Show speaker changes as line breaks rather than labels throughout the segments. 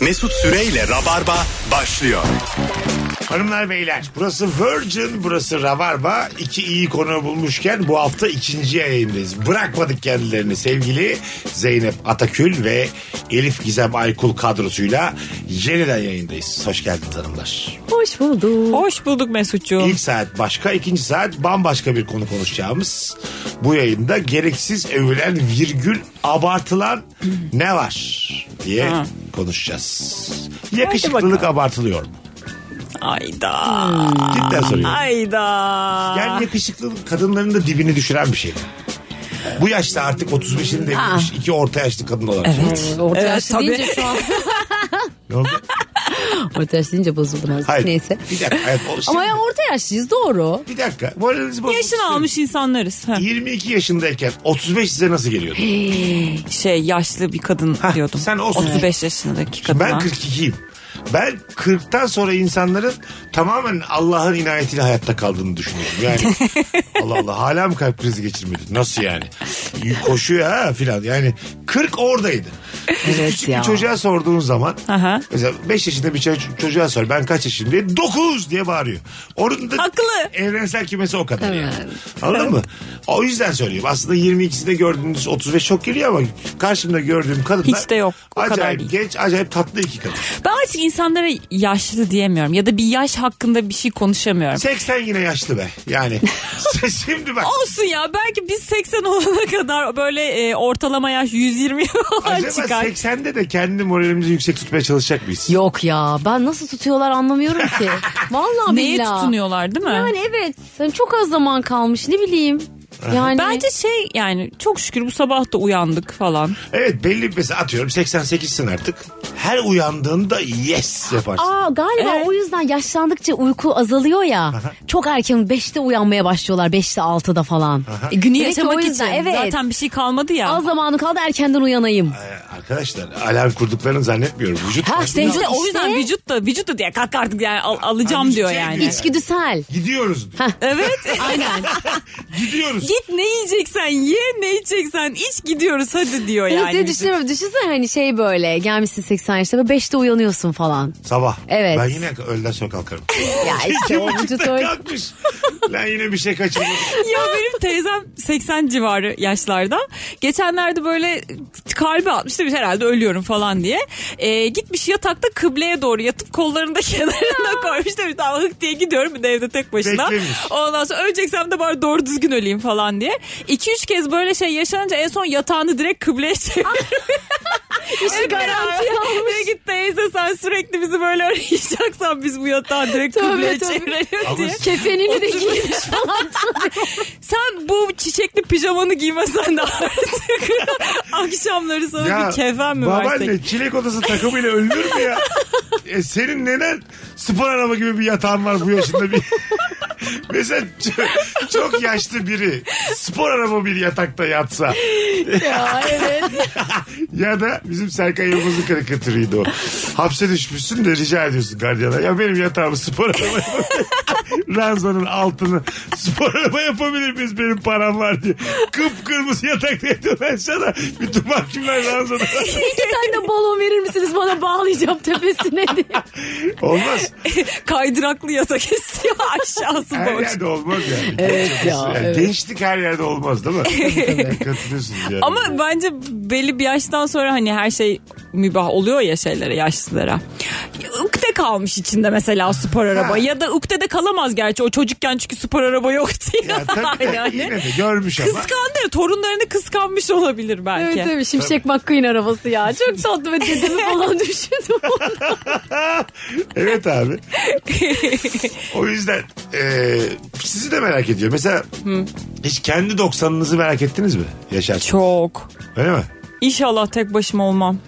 Mesut Süreyle Rabarba başlıyor.
Hanımlar beyler burası Virgin burası Rabarba iki iyi konu bulmuşken bu hafta ikinci yayındayız. Bırakmadık kendilerini sevgili Zeynep Atakül ve Elif Gizem Aykul kadrosuyla yeniden yayındayız. Hoş geldiniz hanımlar.
Hoş bulduk.
Hoş bulduk Mesut'cuğum.
İlk saat başka ikinci saat bambaşka bir konu konuşacağımız bu yayında gereksiz övülen virgül abartılan ne var diye
Ha.
konuşacağız.
bakalım.
Yakışıklılık abartılıyor mu?
Ayda.
Cidden soruyorum.
Ayda.
Yani yakışıklılık kadınların da dibini düşüren bir şey. Bu yaşta artık 35'ini devirmiş iki orta yaşlı kadın olarak.
Evet.
Orta
Evet,
yaşlı
tabii.
deyince şu an.
Ne oldu?
orta yaşlı deyince bozuldum azıcık.
Hayır.
Neyse.
Bir dakika. Evet, o- şimdi-
Ama ya orta yaşlıyız doğru.
bir dakika. Moralinizi bozmak
Yaşını
istiyorum.
almış insanlarız. Ha.
22 yaşındayken 35 size nasıl geliyordu?
Şey yaşlı bir kadın diyordum.
sen olsun.
35 yaşındaki
Şimdi
kadına.
ben 42'yim. Ben 40'tan sonra insanların tamamen Allah'ın inayetiyle hayatta kaldığını düşünüyorum. Yani Allah Allah hala mı kalp krizi geçirmedi? Nasıl yani? Koşuyor ha filan. Yani 40 oradaydı.
Evet
Küçük bir çocuğa sorduğun zaman
Aha.
mesela 5 yaşında bir ço- çocuğa sor ben kaç yaşındayım 9 diye bağırıyor. Onun da
Haklı.
evrensel kümesi o kadar yani.
Evet.
Anladın mı? O yüzden söylüyorum. Aslında 22'sinde gördüğünüz 35 çok geliyor ama karşımda gördüğüm kadınlar
Hiç de yok. O kadar
acayip
değil.
genç, acayip tatlı iki kadın.
Ben artık insanlara yaşlı diyemiyorum. Ya da bir yaş hakkında bir şey konuşamıyorum.
80 yine yaşlı be. Yani şimdi bak.
Olsun ya belki biz 80 olana kadar böyle e, ortalama yaş 120 falan
Acaba
çıkar.
80'de de kendi moralimizi yüksek tutmaya çalışacak mıyız?
Yok ya ben nasıl tutuyorlar anlamıyorum ki. Vallahi
Neye
billahi.
tutunuyorlar değil mi?
Yani evet. Sen çok az zaman kalmış ne bileyim. Yani
Bence şey yani çok şükür bu sabah da uyandık falan.
Evet belli bir mesela atıyorum 88'sin artık. Her uyandığında yes yaparsın.
Aa galiba
Evet.
o yüzden yaşlandıkça uyku azalıyor ya. Çok erken 5'te uyanmaya başlıyorlar 5'te 6'da falan.
E, günü
Demek ki o
yaşamak için
yüzden, evet.
zaten bir şey kalmadı ya.
Az zamanı kaldı erkenden uyanayım.
Ee, Arkadaşlar alarm kurduklarını zannetmiyorum. Vücut
Ha, işte
İşte o yüzden
İşte-
vücut da vücut da diye kalk artık yani al- alacağım
Abi,
diyor
şey
yani.
diyor.
İçgüdüsel.
gidiyoruz. diyor.
Evet.
Aynen.
Gidiyoruz.
Git ne yiyeceksen ye ne içeceksen iç gidiyoruz hadi diyor
Yani
yani.
şey düşünüyorum. Düşünsene hani şey böyle gelmişsin 80 yaşta ve 5'te uyanıyorsun falan.
Sabah.
Evet.
Ben yine öğleden sonra kalkarım.
Ya
Şey
işte o vücut
Buçukta
öyle.
kalkmış. Ben yine bir şey kaçırdım.
ya benim teyzem 80 civarı yaşlarda. Geçenlerde böyle kalbi atmış demiş herhalde ölüyorum falan diye. Ee, gitmiş yatakta kıbleye doğru yatıp kollarını da kenarına koymuş demiş. Tamam hık diye gidiyorum bir de evde tek başına.
Beklemiş.
Ondan sonra öleceksem de bari doğru düzgün öleyim falan diye. 2-3 kez böyle şey yaşanınca en son yatağını direkt kıbleye çevirmiş.
İşi garantiye almış.
Diyor ki teyze sen sürekli bizi böyle arayacaksan biz bu yatağı direkt
Tövbe,
kıbleye
tövbe.
çevirelim diye.
Kefenini de giymiş falan.
Sen bu çiçekli pijamanı giymesen de artık akşamları sana bir kefen mi versek?
babaanne çilek odası takımıyla ölür mü ya? E, senin neden spor araba gibi bir yatağın var bu yaşında bir... Mesela çok, çok yaşlı biri spor araba bir yatakta yatsa
ya evet.
ya da bizim Serkan Yılmaz'ın karikatürüydü o. Hapse düşmüşsün de rica ediyorsun gardiyana. Ya benim yatağımı spor araba yapabilir. Ranzanın altını spor araba yapabilir miyiz benim param var diye. Kıpkırmızı yatakta yatıyor ben sana. Bütün mahkumlar ranzada.
İki tane balon verir misiniz bana bağlayacağım tepesine diye.
Olmaz.
Kaydıraklı yatak istiyor aşağısı
Her
boş.
yerde olmaz yani.
Evet ya,
Yani
evet.
Gençlik her yerde olmaz değil mi? Katılıyorsunuz yani.
Ama bence belli bir yaştan sonra hani her şey mübah oluyor ya şeylere yaşlılara. Ukde kalmış içinde mesela spor araba
Ha.
ya da ukdede kalamaz gerçi o çocukken çünkü spor araba yoktu ya.
ya tabii de
Yani.
yine de görmüş ama.
Kıskandı ya, torunlarını kıskanmış olabilir belki.
Evet tabii Şimşek McQueen arabası ya. Çok tatlı ve dedemi falan düşündüm.
Evet abi. o yüzden e, sizi de merak ediyor. Mesela hiç kendi 90'ınızı merak ettiniz mi? Yaşar.
Çok.
Öyle mi?
İnşallah tek başıma olmam.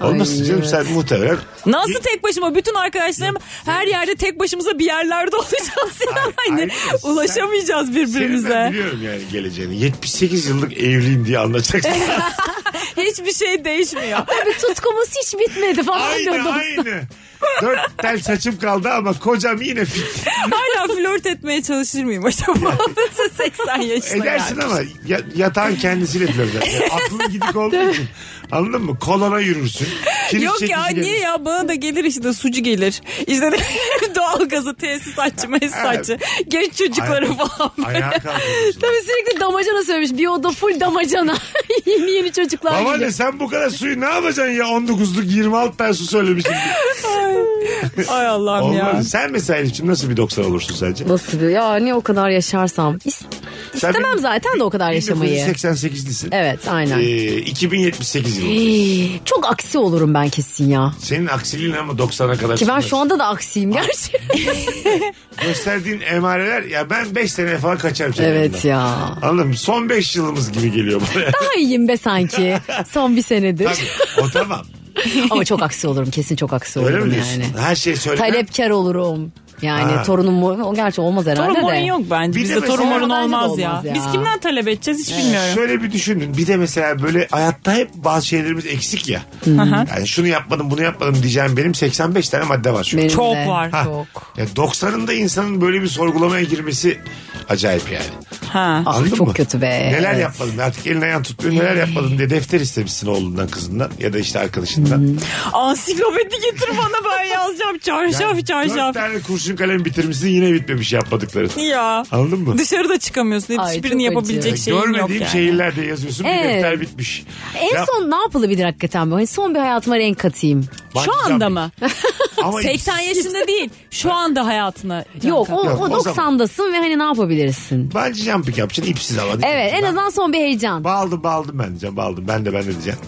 Olmasın
Ay,
canım sen muhtemelen.
Nasıl tek başıma? Bütün arkadaşlarım her yerde tek başımıza bir yerlerde olacağız yani.
hayır.
Ulaşamayacağız
Senin ben
birbirimize.
biliyorum yani geleceğini. 78 yıllık evliyim diye anlatacaksın.
Hiçbir şey değişmiyor.
Tabii tutkumuz hiç bitmedi falan
Aynı
diyordum.
aynı. Dört tel saçım kaldı ama kocam yine fit.
Hala flört etmeye çalışır mıyım acaba? 80 yaşına
Edersin
gelmiş.
ama ya- yatağın kendisiyle flört eder. Yani aklın gidik olduğu için. Anladın mı? Kolona yürürsün. Kiriş
Yok ya
çekici
niye
gelir.
ya bana da gelir işte sucu gelir. İşte de doğalgazı tesisatçı mesatçı. Genç çocukları
Ay-
falan böyle.
Ayağa kalkıyorsun.
Tabii sürekli damacana söylemiş. Bir oda full damacana. yeni yeni çocuklar
Baba
geliyor.
ne sen bu kadar suyu ne yapacaksın ya 19'luk 26 tane su söylemişsin.
Ay Allah'ım ya.
Olmaz. Sen mesela Elif'ciğim nasıl bir 90 olursun sence?
Nasıl bir ya niye o kadar yaşarsam? İs-
Sen
istemem
bir-
zaten de o kadar yaşamayı.
1988'lisin.
Evet aynen.
Ee, 2078 yılı.
Ee, Çok aksi olurum ben kesin ya.
Senin aksiliğin ama 90'a kadar.
Ki ben
sürmez.
şu anda da aksiyim gerçi.
Gösterdiğin emareler ya ben 5 sene falan kaçarım. senin
evet
yanından.
ya.
Anladın mı? Son 5 yılımız gibi geliyor bana.
Daha iyiyim be sanki. Son bir senedir.
Tabii, o tamam.
Ama çok aksi olurum kesin çok aksi
Öyle
olurum
mi diyorsun?
yani.
Her şey şeyi söyle.
Talepkar olurum. Yani
Ha.
torunum o gerçi olmaz herhalde
Torun
de.
morun yok bence.
Bir de
Bizde torun
mesela-
morun
Bence de
olmaz
olmaz
ya.
ya.
Biz kimden talep edeceğiz hiç bilmiyorum.
Şöyle bir düşünün. Bir de mesela böyle hayatta hep bazı şeylerimiz eksik ya. Yani şunu yapmadım bunu yapmadım diyeceğim benim 85 tane madde var şu an.
Benim
Çok
de.
var.
Ha.
Çok.
Ya 90'ında insanın böyle bir sorgulamaya girmesi acayip yani.
Ha.
Ah,
Anladın
çok
mı?
kötü be.
Neler
Evet.
yapmadın artık elin ayağın tutmuyor neler yapmadın diye defter istemişsin oğlundan kızından ya da işte arkadaşından.
Ansiklopedi getir bana ben yazacağım. Çarşaf
Yani Dört
çarşaf.
tane kurşun kalem bitirmişsin yine bitmemiş yapmadıkları.
Ya.
Anladın mı?
Dışarıda çıkamıyorsun.
Ay,
Hiçbirini
çok
yapabilecek
acı.
şeyin yok
Görmediğim
yani.
şehirlerde yazıyorsun bir
Evet.
defter bitmiş.
En
Ya,
son ne yapılabilir hakikaten? Hani son bir hayatıma renk katayım.
bak
Şu
güzel
anda
bir-
mı?
Ama
80 yaşında değil. Şu anda hayatına.
Yok o,
Yok,
o
o zaman.
90'dasın ve hani ne yapabilirsin?
Bence jumping yapacaksın ipsiz ama. değil mi?
Evet en
Ben-
azından son bir heyecan.
Bağladım bağladım ben diyeceğim bağladım. Ben de ben de diyeceğim.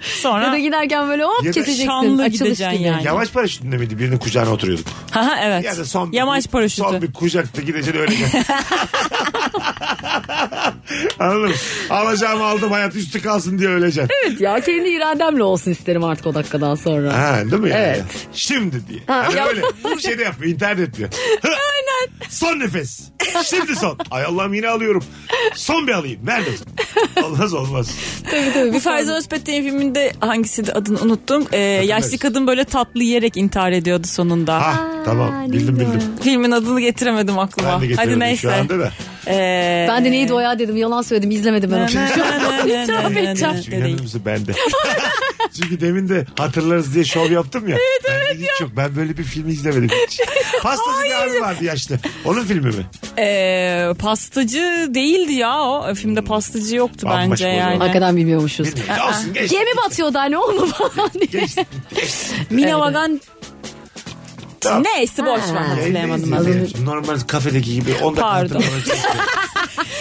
Sonra.
Ya da giderken böyle hop
Ya da
keseceksin.
şanlı
açılış
gideceksin
gibi.
yani.
Yamaç paraşütünde miydi? Birinin kucağına oturuyorduk.
Ha, ha, evet.
Ya da son bir-
Yamaç paraşütü.
Son bir kucakta gideceksin öyle gel. Anladın mı? Alacağımı aldım hayat üstü kalsın diye öleceksin.
Evet ya kendi irademle olsun isterim artık o dakikadan sonra.
Ha değil mi yani?
Evet.
Şimdi diye.
Ha,
Yani
yap-
öyle. Bu şey de yapmıyor. internet diyor. Aynen. Son nefes. Şimdi son. Ay Allah'ım yine alıyorum. Son bir alayım. Nerede? Olmaz olmaz.
Bu Ferdi Özpetek'in filminde hangisiydi adını unuttum. Ee, yaşlı
versin.
kadın böyle tatlı yiyerek intihar ediyordu sonunda.
Ha tamam bildim
neydi o?
bildim.
Filmin adını getiremedim aklıma.
Ben de
Hadi
getiremedim
neyse.
şu anda da.
Ee,
Ben de neydi o ya dedim yalan söyledim izlemedim ben o filmi. İtiraf edeceğim.
Hiç inanır mısın bende? Çünkü demin de hatırlarız diye şov yaptım ya. Evet evet hiç Yok. Ben böyle bir filmi izlemedim hiç. Pastacı bir abi vardı yaşlı. Onun filmi mi?
Ee, pastacı değildi ya o. Filmde pastacı yoktu
Hmm. Bambaşka
bence
o zaman.
yani.
Hakikaten bilmiyormuşuz.
Bilmiyorum. Olsun geç.
Gemi batıyordu hani oğlum falan diye.
Geç. geç.
Mina
Evet,
Wagan
Tamam.
Neyse boş ver
Ha.
hatırlayamadım ben.
Yayındayız ya. Normal kafedeki gibi 10 dakika
Pardon.
hatırlamak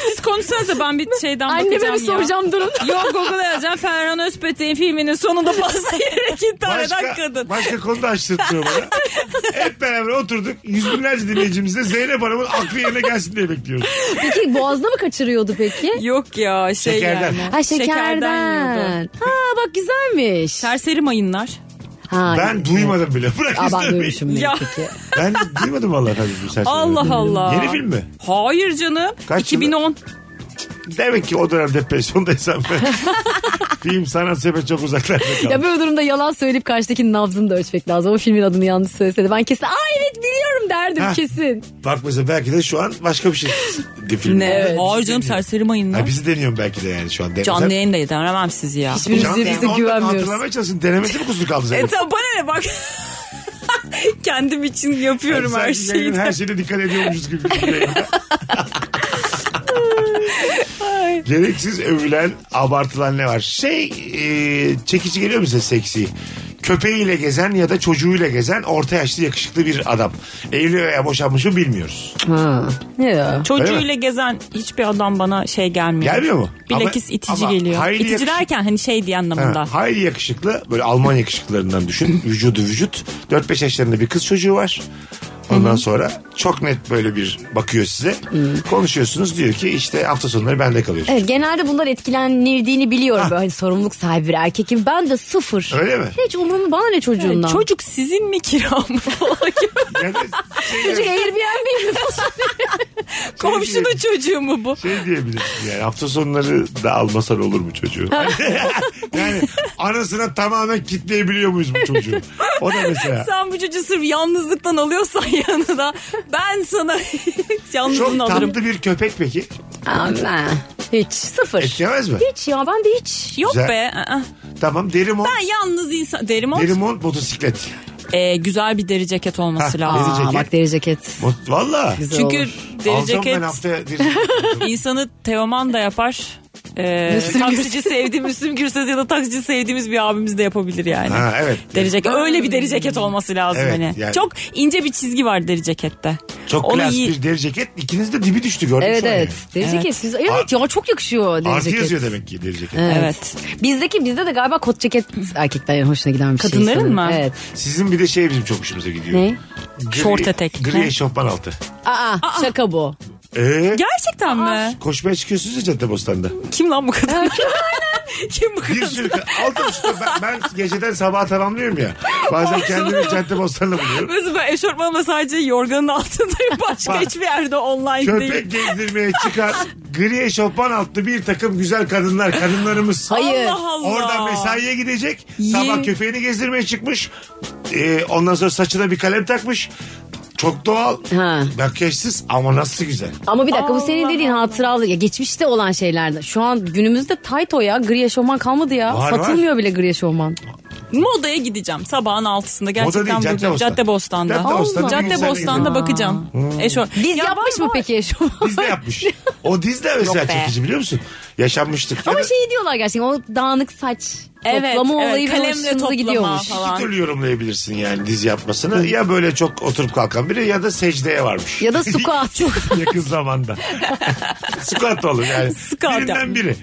Siz konuşsanıza ben bir şeyden
Anneme
bakacağım
mi
ya.
soracağım durun.
Yok Google'a yazacağım Ferhan Özpetek'in filminin sonunda pasta yiyerek intihar eden kadın.
başka, başka konu da açtırtmıyor bana. Hep beraber oturduk. Yüz binlerce dinleyicimizle Zeynep Hanım'ın aklı yerine gelsin diye bekliyoruz.
Peki boğazına mı kaçırıyordu peki?
Yok ya şey
Şekerden.
yani.
Ha şekerden.
yiyordu.
ha bak güzelmiş.
Serseri mayınlar.
Ha,
Ben duymadım bile. Bırak
Aa, ben
izlemeyi.
duymuşum neyse
Ya.
ki.
Ben de duymadım vallahi efendim. bu serseri.
Allah Allah.
Yeni film mi?
Hayır canım.
Kaç
2010.
Demek ki o dönem depresyondaysam ben. Film sanat sebebi çok uzaklarda kaldı.
Ya böyle durumda yalan söyleyip karşıdakinin nabzını da ölçmek lazım. O filmin adını yanlış söyleseydi ben kesin aa evet biliyorum derdim
Ha.
kesin.
Bak mesela belki de şu an başka bir şey de film.
Ne?
Bizi
Hayır canım
deniyorum.
serseri mayınlar.
Ha, bizi deniyorum belki de yani şu an. Denesem-
Canlı yayında yediremem sizi ya.
Canlı
Hiçbirimize
yayın,
bize
on dakika
güvenmiyoruz.
Hatırlamaya çalışsın. Denemesi mi kusur kaldı
E
senin?
tamam bana ne bak. Kendim için yapıyorum
Hani Sanki
her
yayının
şeyi. de.
Her şeyine dikkat ediyormuşuz gibi. bir şey. Gereksiz övülen, abartılan ne var? Şey, e, çekici geliyor mu size seksi? Köpeğiyle gezen ya da çocuğuyla gezen orta yaşlı yakışıklı bir adam. Evli veya boşanmış mı bilmiyoruz.
Ha. Ya.
Çocuğuyla gezen hiçbir adam bana şey gelmiyor.
Gelmiyor mu?
Bilakis
Ama-
itici
ama
geliyor.
hayli
İtici
yakışıklı-
derken hani şey diye anlamında.
Ha, hayli yakışıklı böyle Alman yakışıklarından düşün. Vücudu vücut. 4-5 yaşlarında bir kız çocuğu var. Ondan sonra çok net böyle bir bakıyor size. Konuşuyorsunuz diyor ki işte hafta sonları bende kalıyorsun.
Evet, genelde bunlar etkilenildiğini biliyorum. Böyle hani sorumluluk sahibi bir erkekim. Ben de sıfır.
Öyle mi?
Hiç umurum bana ne çocuğundan.
Hani Çocuk sizin mi kiram falan gibi.
Yani şey-
Çocuk Airbnb mi?
Komşunun çocuğu mu bu?
Şey diyebilirsin yani hafta sonları da almasan olur mu çocuğu? yani anasına tamamen kitleyebiliyor muyuz bu çocuğu? O da mesela.
Sen bu çocuğu sırf yalnızlıktan alıyorsan yanına ben sana
Çok
yalnızlığını alırım.
tatlı bir köpek peki.
Ama hiç sıfır.
Etkemez mi?
Hiç ya ben de hiç.
Yok
Güzel.
be. ı-ı.
Tamam deri mont,
Ben yalnız insan. Derim o.
deri mont motosiklet.
Ee, güzel bir deri ceket olması
Ha,
lazım.
deri
Aa,
ceket.
bak deri ceket.
Mot- Valla.
Güzel
Çünkü
olur.
deri
Alacağım
ceket
ben haftaya deri ceket.
insanı teoman da yapar. Ee,
Müslüm
taksici sevdiğim Müslüm Gürses ya da taksici sevdiğimiz bir abimiz de yapabilir yani.
Ha, evet.
Deri ceket. Öyle bir deri ceket olması lazım
Evet,
hani.
yani.
Çok ince bir çizgi var deri cekette.
Çok
Onu
klas
iyi-
bir deri ceket. İkiniz de dibi düştü gördün
Evet
sonra
evet. Deri
Evet.
ceket. güzel. Evet ya çok yakışıyor
yani.
deri
Artı
ceket.
yazıyor demek ki deri ceket.
Evet.
Bizdeki bizde de galiba kot ceket erkeklerin hoşuna giden bir şey.
Kadınların
sanırım.
mı?
Evet.
Sizin bir de şey bizim çok hoşumuza gidiyor.
Ne?
Gri,
Şort etek.
Gri
Ne?
eşofman altı.
Aa, şaka bu.
Ee,
Gerçekten mi?
koşmaya çıkıyorsunuz ya Caddebostan'da.
Kim lan bu kadın? Kim bu
Bir
kadın?
sürü altı buçukta ben, ben geceden sabaha tamamlıyorum ya. Bazen kendimi Caddebostan'da buluyorum.
Mesela ben eşortmanımla sadece yorganın altındayım. Başka
Bak.
hiçbir yerde online değil.
Köpek gezdirmeye çıkar. Gri eşofman altlı bir takım güzel kadınlar. Kadınlarımız.
Hayır.
Allah Allah.
Oradan mesaiye gidecek. Sabah
Yem-
köpeğini gezdirmeye çıkmış. Ee, ondan sonra saçına bir kalem takmış. Çok doğal.
Ha.
Makyajsız ama nasıl güzel.
Ama bir dakika bu senin
Allah
dediğin hatıralı. Ya geçmişte olan şeylerden. Şu an günümüzde tayt o ya. Gri eşofman kalmadı ya.
Var,
Satılmıyor bile gri eşofman.
Modaya gideceğim sabahın altısında. Gerçekten
değil,
bakacağım.
Caddebostan. Caddebostan'da
Caddebostan'da. Caddebostan'da,
bir Hmm. güzel
bakacağım. Eşor.
Diz
Ya
yapmış
bak-
mı peki eşofman?
Diz de yapmış. O diz de mesela
Yok be.
çekici biliyor musun? Yaşanmıştık. Ya
Ama
da
şey diyorlar gerçekten o dağınık saç
Evet,
toplama
evet,
olayı
kalemle
bir hoşunuza
toplama
gidiyormuş.
falan.
iki türlü yorumlayabilirsin yani diz yapmasını. Ya böyle çok oturup kalkan biri ya da secdeye varmış.
Ya da squat.
Yakın zamanda. Squat olur yani.
Squat
Birinden
yapmış.
biri.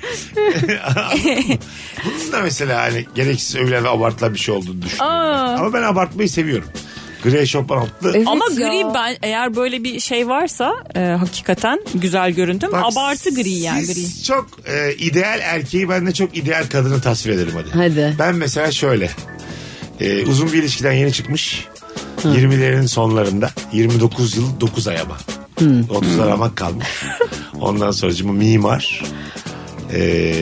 Bunun da mesela hani gereksiz övülen ve abartılan bir şey olduğunu düşünüyorum. Ama ben abartmayı seviyorum. Gri eşofman altlı.
Evet
Ama
ya.
gri ben eğer böyle bir şey varsa e, hakikaten güzel göründüm.
Bak,
Abartı gri yani gri.
Siz çok e, ideal erkeği ben de çok ideal kadını tasvir ederim hadi.
Hadi.
Ben mesela şöyle. e, uzun bir ilişkiden yeni çıkmış. 20'lerin sonlarında 29 yıl 9 ay ama. 30 aramak kalmış. Ondan sonra mimar. E,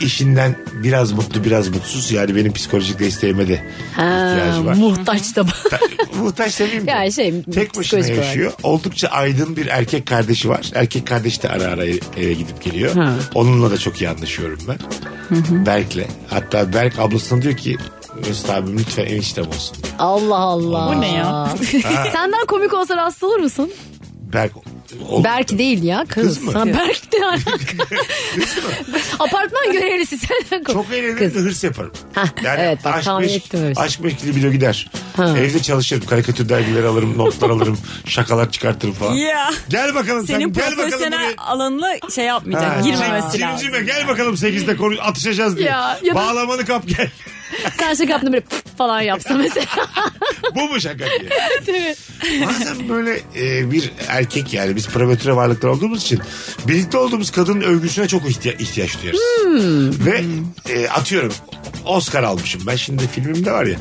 işinden biraz mutlu biraz mutsuz. Yani benim psikolojik desteğime de
Ha,
ihtiyacı var.
Ee, muhtaç da bak.
Ta- muhtaç demeyeyim de.
Yani şey,
Tek başına
psikolojik olarak.
yaşıyor. Oldukça aydın bir erkek kardeşi var. Erkek kardeş de ara ara eve gidip geliyor. Onunla da çok iyi anlaşıyorum ben. Berk'le. Hatta Berk ablasına diyor ki Mesut abim lütfen eniştem olsun. diyor.
Allah Allah.
Bu ne ya?
Senden komik olsa rahatsız olur musun?
Berk ol-
Berk değil ya kız.
Kız mı?
Ha, Berk de alaka. Apartman görevlisi senden komik.
Çok eğlenir de hırs yaparım. Yani
evet bak,
aşk
tahmin
meşk-
ettim öyle şey.
Aşk meşkili bile gider. Evde çalışırım. Karikatür dergileri alırım. Notlar alırım. Şakalar çıkartırım falan.
Ya.
Gel bakalım
Senin
sen. Gel bakalım
profesyonel
buraya.
alanına şey yapmayacak.
Ha, şey,
girmemesi
cim-
lazım.
cimcime gel bakalım 8'de konu atışacağız diye.
Ya, ya da-
Bağlamanı kap gel.
Sen şaka yaptın böyle pf falan yapsa mesela.
Bu mu şaka diye. Bazen böyle e, bir erkek yani biz prematüre varlıklar olduğumuz için birlikte olduğumuz kadının övgüsüne çok ihtiya- ihtiyaç duyarız.
Hmm.
Ve e, atıyorum Oscar almışım. Ben şimdi filmimde var ya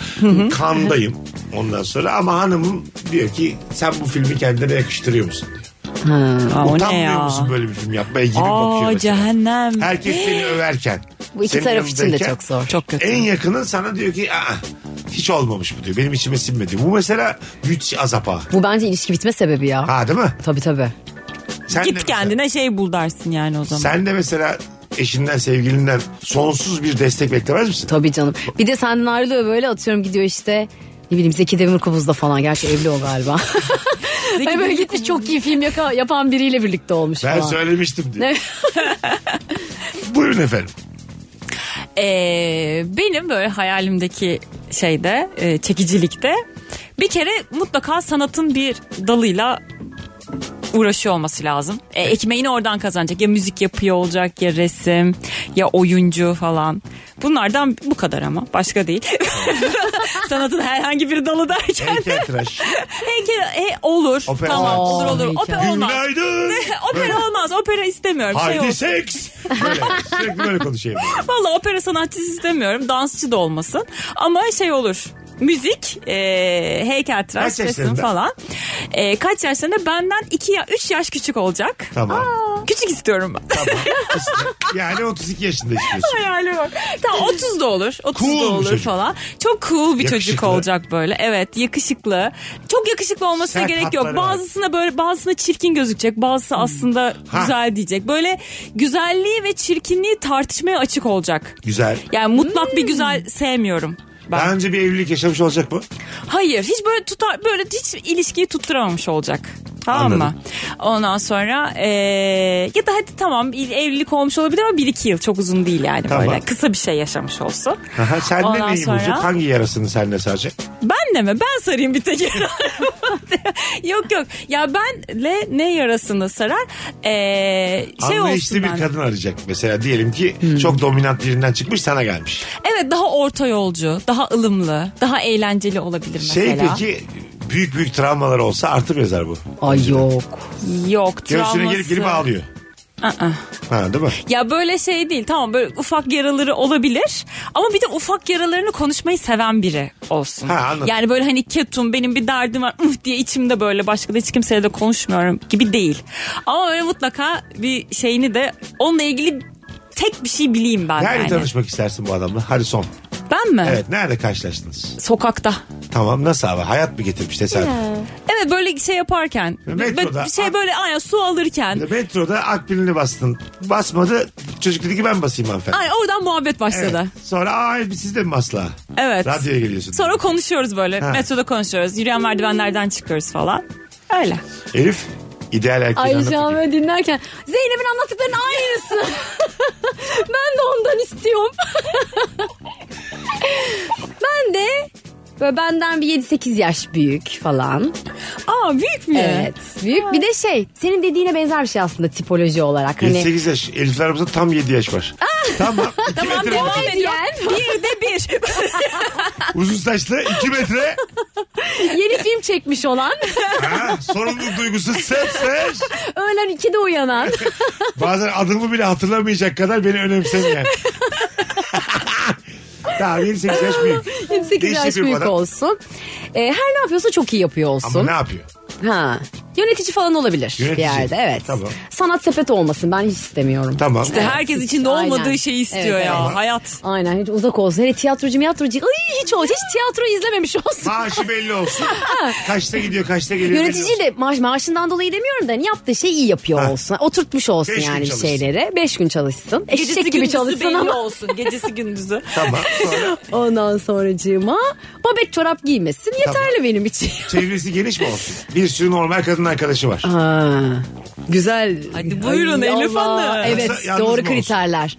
kandayım ondan sonra ama hanımım diyor ki sen bu filmi kendine yakıştırıyor musun diyor.
Aa, o ne
Utanmıyor
ya?
musun böyle bir film yapmaya gibi bakıyor
Aa
mesela.
cehennem.
Herkes seni överken.
Bu iki
senin
taraf için de
yanındayken
çok zor.
Çok kötü.
En yakının sana diyor ki Aa, hiç olmamış bu diyor. Benim içime sinmedi. Bu mesela müthiş azap ha.
Bu bence ilişki bitme sebebi ya.
Ha değil mi?
Tabii tabii.
Sen de
Git
mesela-
kendine şey bul dersin yani o zaman.
Sen de mesela eşinden sevgilinden sonsuz bir destek beklemez misin?
Tabii canım. Bir de senden ayrılıyor böyle atıyorum gidiyor işte ne bileyim Zeki Demirkubuz'da falan. Gerçi evli o galiba. Hani böyle gitmiş çok iyi film yaka- yapan biriyle birlikte olmuş
Ben
falan.
söylemiştim diyor.
Ne?
Buyurun efendim.
Ee, benim böyle hayalimdeki şeyde e, çekicilikte bir kere mutlaka sanatın bir dalıyla uğraşıyor olması lazım. E, ekmeğini oradan kazanacak. Ya müzik yapıyor olacak ya resim ya oyuncu falan. Bunlardan bu kadar ama başka değil. Sanatın herhangi bir dalı derken
Heykeltıraş.
heykel e, olur.
Opera
tamam
sanatçısı.
olur olur. Opera olmaz.
Günaydın.
opera olmaz. Opera istemiyorum. Şey
Haydi
olsun.
seks. Böyle, sürekli böyle konuşayım.
Valla opera sanatçısı istemiyorum. Dansçı da olmasın. Ama şey olur. Müzik, e, heykeltıraş,
Kaç
resim
yaşlarında?
falan. Ee, kaç yaşlarında? Benden 2 ya 3 yaş küçük olacak.
Tamam.
Küçük istiyorum ben.
yani 32 yaşında içmiyorsun.
Hayali bak. Tamam 30 da olur. 30 da
Cool bir
olur
çocuk.
falan. Çok cool bir çocuk
Yakışıklı.
olacak böyle. Evet yakışıklı. Çok yakışıklı olmasına
Sert
gerek yok.
hatları var. Hmm.
Bazısına böyle bazısına çirkin gözükecek. Bazısı aslında
Ha.
güzel diyecek. Böyle güzelliği ve çirkinliği tartışmaya açık olacak.
Güzel.
Yani mutlak bir güzel sevmiyorum. Ben.
Daha önce bir evlilik yaşamış olacak mı?
Hayır hiç böyle tutar böyle hiç ilişkiyi tutturamamış olacak. Tamam mı?
Anladım.
Ondan sonra eee, ya da hadi tamam il- evlilik olmuş olabilir ama 1-2 yıl çok uzun değil yani
Tamam.
böyle kısa bir şey yaşamış olsun.
Aha, sen
Ondan
ne neyi
sonra-
bulacak? Hangi yarasını senle saracak?
Ben de mi? Ben sarayım bir tek. yok yok. Ya benle ne yarasını sarar? Eee şey
Anlayışlı
olsun
bir
ben.
kadın arayacak. Mesela diyelim ki çok dominant birinden çıkmış sana gelmiş.
Evet daha orta yolcu, daha ılımlı, daha eğlenceli olabilir mesela.
Şey peki büyük büyük travmalar olsa artı mı yazar bu?
Ay yok.
Yok travması.
Göğsüne girip girip ağlıyor. Ha değil mi?
Ya böyle şey değil tamam böyle ufak yaraları olabilir ama bir de ufak yaralarını konuşmayı seven biri olsun.
Ha, anladım.
Yani böyle hani ketum benim bir derdim var "Üf" diye içimde böyle başka da hiç kimseyle de konuşmuyorum gibi değil. Ama öyle mutlaka bir şeyini de onunla ilgili tek bir şey bileyim ben
Nerede
yani.
tanışmak istersin bu adamla? Hadi son.
Ben mi?
Evet nerede karşılaştınız?
Sokakta.
Tamam nasıl abi? Hayat mı getirmiş tesadüf?
Evet böyle şey yaparken.
Metroda. Ah.
Böyle Şey böyle aynen su alırken.
Metroda akbilini bastın. Basmadı. Çocuk dedi ki ben basayım hanımefendi.
Ay oradan muhabbet
Evet.
başladı.
Sonra ay siz de mi masla?
Evet.
Radyoya geliyorsun.
Sonra konuşuyoruz böyle.
Ha.
Metroda konuşuyoruz. Yürüyen merdivenlerden çıkıyoruz falan. Öyle.
Elif ideal erkeği
Ay
anlatıyor.
Canve dinlerken Zeynep'in anlattıklarının aynısı. ben de ondan istiyorum. ben de böyle benden bir 7-8 yaş büyük falan.
Aa büyük mü?
Evet. Büyük. Bir de şey senin dediğine benzer bir şey aslında tipoloji olarak. Hani Ah!
8 yaş. Elif'le aramızda tam 7 yaş var. tamam. 2
Tamam
metre.
devam ediyor.
diyen-
Bir de bir.
Uzun saçlı 2 metre.
yeni film çekmiş olan,
Ha, sorumluluk duygusu sefseş.
öğlen 2'de uyanan.
Bazen adımı bile hatırlamayacak kadar beni önemsemeyen. tamam 28 yaş büyük.
7-8
Değişik
yaş
bir
büyük
adam.
olsun. Ee, her ne yapıyorsa çok iyi yapıyor olsun.
Ama ne yapıyor?
Ha. Yönetici falan olabilir bir
Yönetici.
yerde evet.
Tamam.
Sanat sepeti olmasın ben hiç istemiyorum.
Tamam.
İşte herkes içinde
Aynen.
olmadığı şeyi istiyor
Evet,
ya.
evet.
Hayat.
Aynen hiç uzak olsun. Hele tiyatrocu tiyatrocu. Ay hiç olsun. Hiç tiyatro izlememiş olsun.
Maaşı belli olsun. kaçta gidiyor kaçta geliyor. belli
Yönetici de maaş, maaşından dolayı demiyorum da hani yaptığı şeyi iyi yapıyor
Ha.
olsun. Oturtmuş olsun
Beş gün
yani bir
çalışsın.
şeyleri. Beş gün çalışsın. Eşek gibi çalışsın
belli
ama.
olsun. Gecesi gündüzü.
Tamam. Sonra
Ondan sonracığıma babet çorap giymesin. Yeterli benim için.
çevresi geniş mi olsun? Bir sürü normal kadın arkadaşı var.
Ha, güzel.
Hadi buyurun
Ay,
Elif
Allah.
Hanım.
Evet
Yalnız- yalnız
doğru
mı olsun?
kriterler.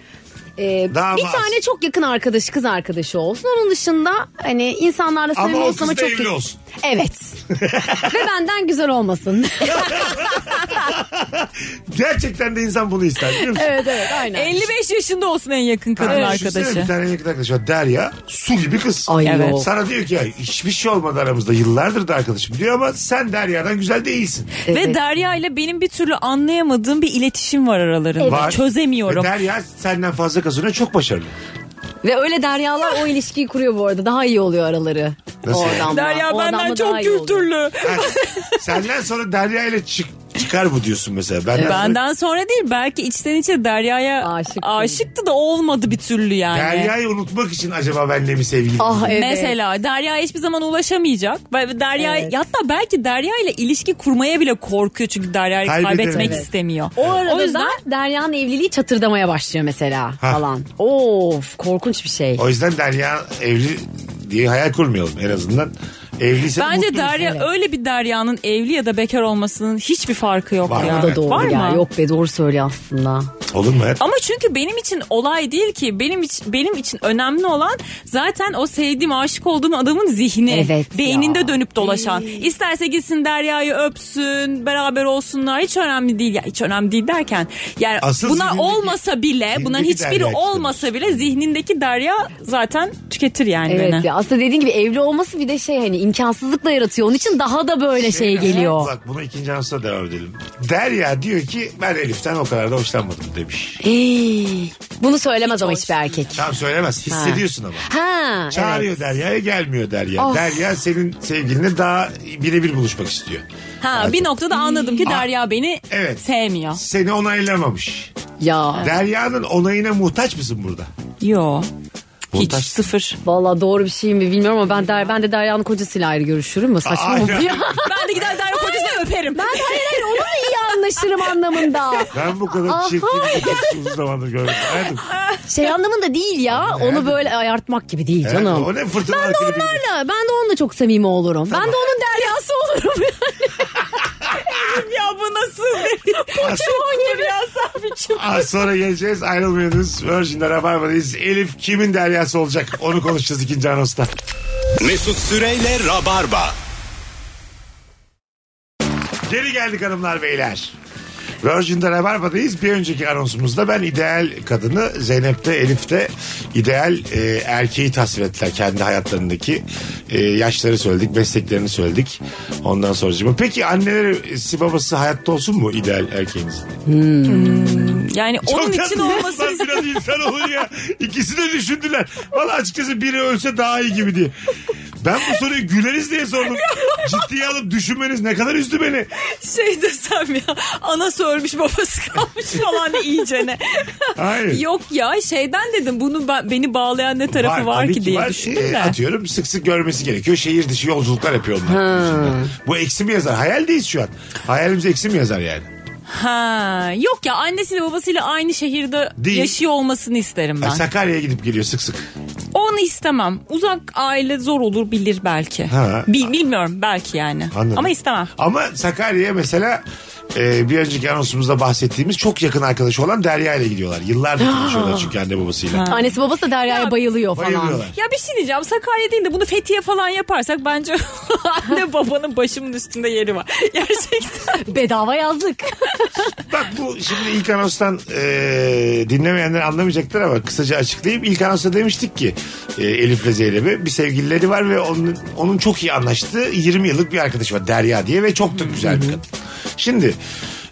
Ee,
Daha
bir
mı az?
tane çok yakın arkadaşı kız arkadaşı olsun. Onun dışında hani insanlarla samimi
Ama o
olsun
kız
ama
da
çok
evli olsun.
Evet. Ve benden güzel olmasın.
Gerçekten de insan bunu ister biliyor musun?
evet evet aynen.
55 yaşında olsun en yakın kadın
Ha, düşünsene
arkadaşı.
Bir şey tane yakın arkadaşı var Derya. Su gibi kız.
Ay
Evet.
yok.
Sana diyor ki "Ya hiçbir şey olmadı aramızda yıllardır da arkadaşım diyor ama sen Derya'dan güzel değilsin.
Ve
Evet.
Derya ile benim bir türlü anlayamadığım bir iletişim var aralarında.
Var. Ve
Çözemiyorum.
Derya senden fazla kazanıyor çok başarılı.
Ve öyle deryalar o ilişkiyi kuruyor bu arada. Daha iyi oluyor araları.
Nasıl
O
yani?
adamla,
Derya
o
benden
adamla daha
çok
iyi oluyor.
kültürlü.
Ha, senden sonra Derya ile çık, çıkar bu diyorsun mesela. Benden,
Benden sonra değil belki içten içe Derya'ya
Aşıktı.
aşıktı da olmadı bir türlü yani.
sonra Derya'yı unutmak için acaba benle mi sevgili?
Ah evet.
Mesela Derya hiçbir zaman ulaşamayacak. Ve Derya
Evet.
hatta belki Derya ile ilişki kurmaya bile korkuyor çünkü Derya'yı
Kaybedemez.
kaybetmek
Evet.
istemiyor.
O arada
O yüzden-
da Derya'nın evliliği çatırdamaya başlıyor mesela
Ha.
falan. Of korkunç bir şey.
O yüzden Derya evli diye hayal kurmayalım en azından. Evliyse
Bence
mutlu-
Derya
şey, evet.
öyle bir Derya'nın evli ya da bekar olmasının hiçbir farkı yok.
Var.
ya.
O da doğru
Var
ya.
mı?
Yok be doğru söylüyor aslında.
Olur mu? hayat?
Ama çünkü benim için olay değil ki. Benim için, benim için önemli olan zaten o sevdiğim, aşık olduğum adamın zihni.
Evet
beyninde
ya.
dönüp dolaşan. İsterse gitsin Derya'yı öpsün, beraber olsunlar. Hiç önemli değil. Ya hiç önemli değil derken. Yani
Asıl
bunlar
zihnindeki-
olmasa bile, bunların
zihnindeki
hiçbiri
Derya
olmasa bile zihnindeki Derya zaten tüketir yani
Evet
beni.
ya aslında dediğin gibi evli olması bir de şey hani imkansızlıkla yaratıyor. Onun için daha da böyle şey geliyor.
Bak buna ikinci anonsla devam edelim. Derya diyor ki ben Elif'ten o kadar da hoşlanmadım demiş.
Ey, bunu söylemez ama
hoş
hiçbir erkek.
Tam söylemez. Hissediyorsun ama.
Ha,
Çağırıyor
evet.
Derya'ya gelmiyor Derya.
Of.
Derya senin sevgilinle daha birebir buluşmak istiyor.
Ha, bir noktada anladım ki Derya beni
Evet.
sevmiyor.
Seni onaylamamış.
Ya
Derya'nın onayına muhtaç mısın burada?
Yo. Hiç
Montaj.
sıfır.
Vallahi doğru bir şey mi bilmiyorum ama ben der ben de Derya'nın kocasıyla ayrı görüşürüm mü? Saçma mı bu
Aynen.
ya?
Ben de gider Derya kocasını öperim.
Ben hayır hayır onunla iyi anlaşırım anlamında.
Ben bu kadar
Aa,
çirkin bir uzun zamandır görmedim. Hayatım,
Şey anlamında değil ya. Onu böyle ayartmak gibi değil
hayatım,
canım.
O ne fırtına ben
Onlarla ben de onunla çok samimi olurum. Ben de onun Derya'sı olurum yani.
ya bu nasıl?
Çoğun gibi.
Az sonra geleceğiz ayrılmıyorsunuz. Virgin'de Rabarba'dayız. Elif kimin Derya'sı olacak onu konuşacağız ikinci anosta.
Mesut Süreyle Rabarba.
Geri geldik hanımlar beyler. Virgin'de Rabarba'dayız. Bir önceki anonsumuzda ben ideal kadını Zeynep'te, Elif'te ideal e, erkeği tasvir ettiler. Kendi hayatlarındaki e, yaşları söyledik, mesleklerini söyledik. Ondan sonra peki anneleri e, babası hayatta olsun mu ideal erkeğinizin?
Yani onun
Çok
için
tatlı.
olması
Lan biraz insan olur ya. İkisi de düşündüler. Valla açıkçası biri ölse daha iyi gibi diye. Ben bu soruyu güleriz diye sordum. Ciddiye alıp düşünmeniz ne kadar üzdü beni.
şey desem ya anası ölmüş babası kalmış falan iyice ne.
Hayır.
Yok ya şeyden dedim bunu ben, beni bağlayan ne tarafı var,
tabii
ki diye
var.
düşündüm
Ee,
de.
atıyorum sık sık görmesi gerekiyor. Şehir dışı yolculuklar yapıyor onlar. yüzünden. Bu eksi mi yazar? Hayaldeyiz şu an. Hayalimiz eksi mi yazar yani?
Ha, yok ya annesiyle babasıyla aynı şehirde
Değil.
yaşıyor olmasını isterim ben.
Ha, Sakarya'ya gidip geliyor sık sık.
Onu istemem. Uzak aile zor olur bilir belki.
Ha.
Bil- bilmiyorum belki yani.
Anladım.
Ama istemem.
Ama Sakarya'ya mesela e, bir önceki anonsumuzda bahsettiğimiz çok yakın arkadaşı olan Derya ile gidiyorlar. Yıllardır konuşuyorlar çünkü anne babasıyla.
Annesi babası da Derya'ya
Ya,
bayılıyor falan.
Bayılıyorlar.
Ya bir şey diyeceğim Sakarya değil de bunu Fethiye falan yaparsak bence anne babanın başımın üstünde yeri var. Gerçekten.
Bedava yazlık.
Bak bu şimdi ilk anonstan e, dinlemeyenler anlamayacaktır ama kısaca açıklayayım. İlk anonsta demiştik ki e, Elif'le Zeynep'e bir sevgilileri var ve onun, onun çok iyi anlaştığı 20 yıllık bir arkadaşı var Derya diye ve çok da güzel bir kadın. Şimdi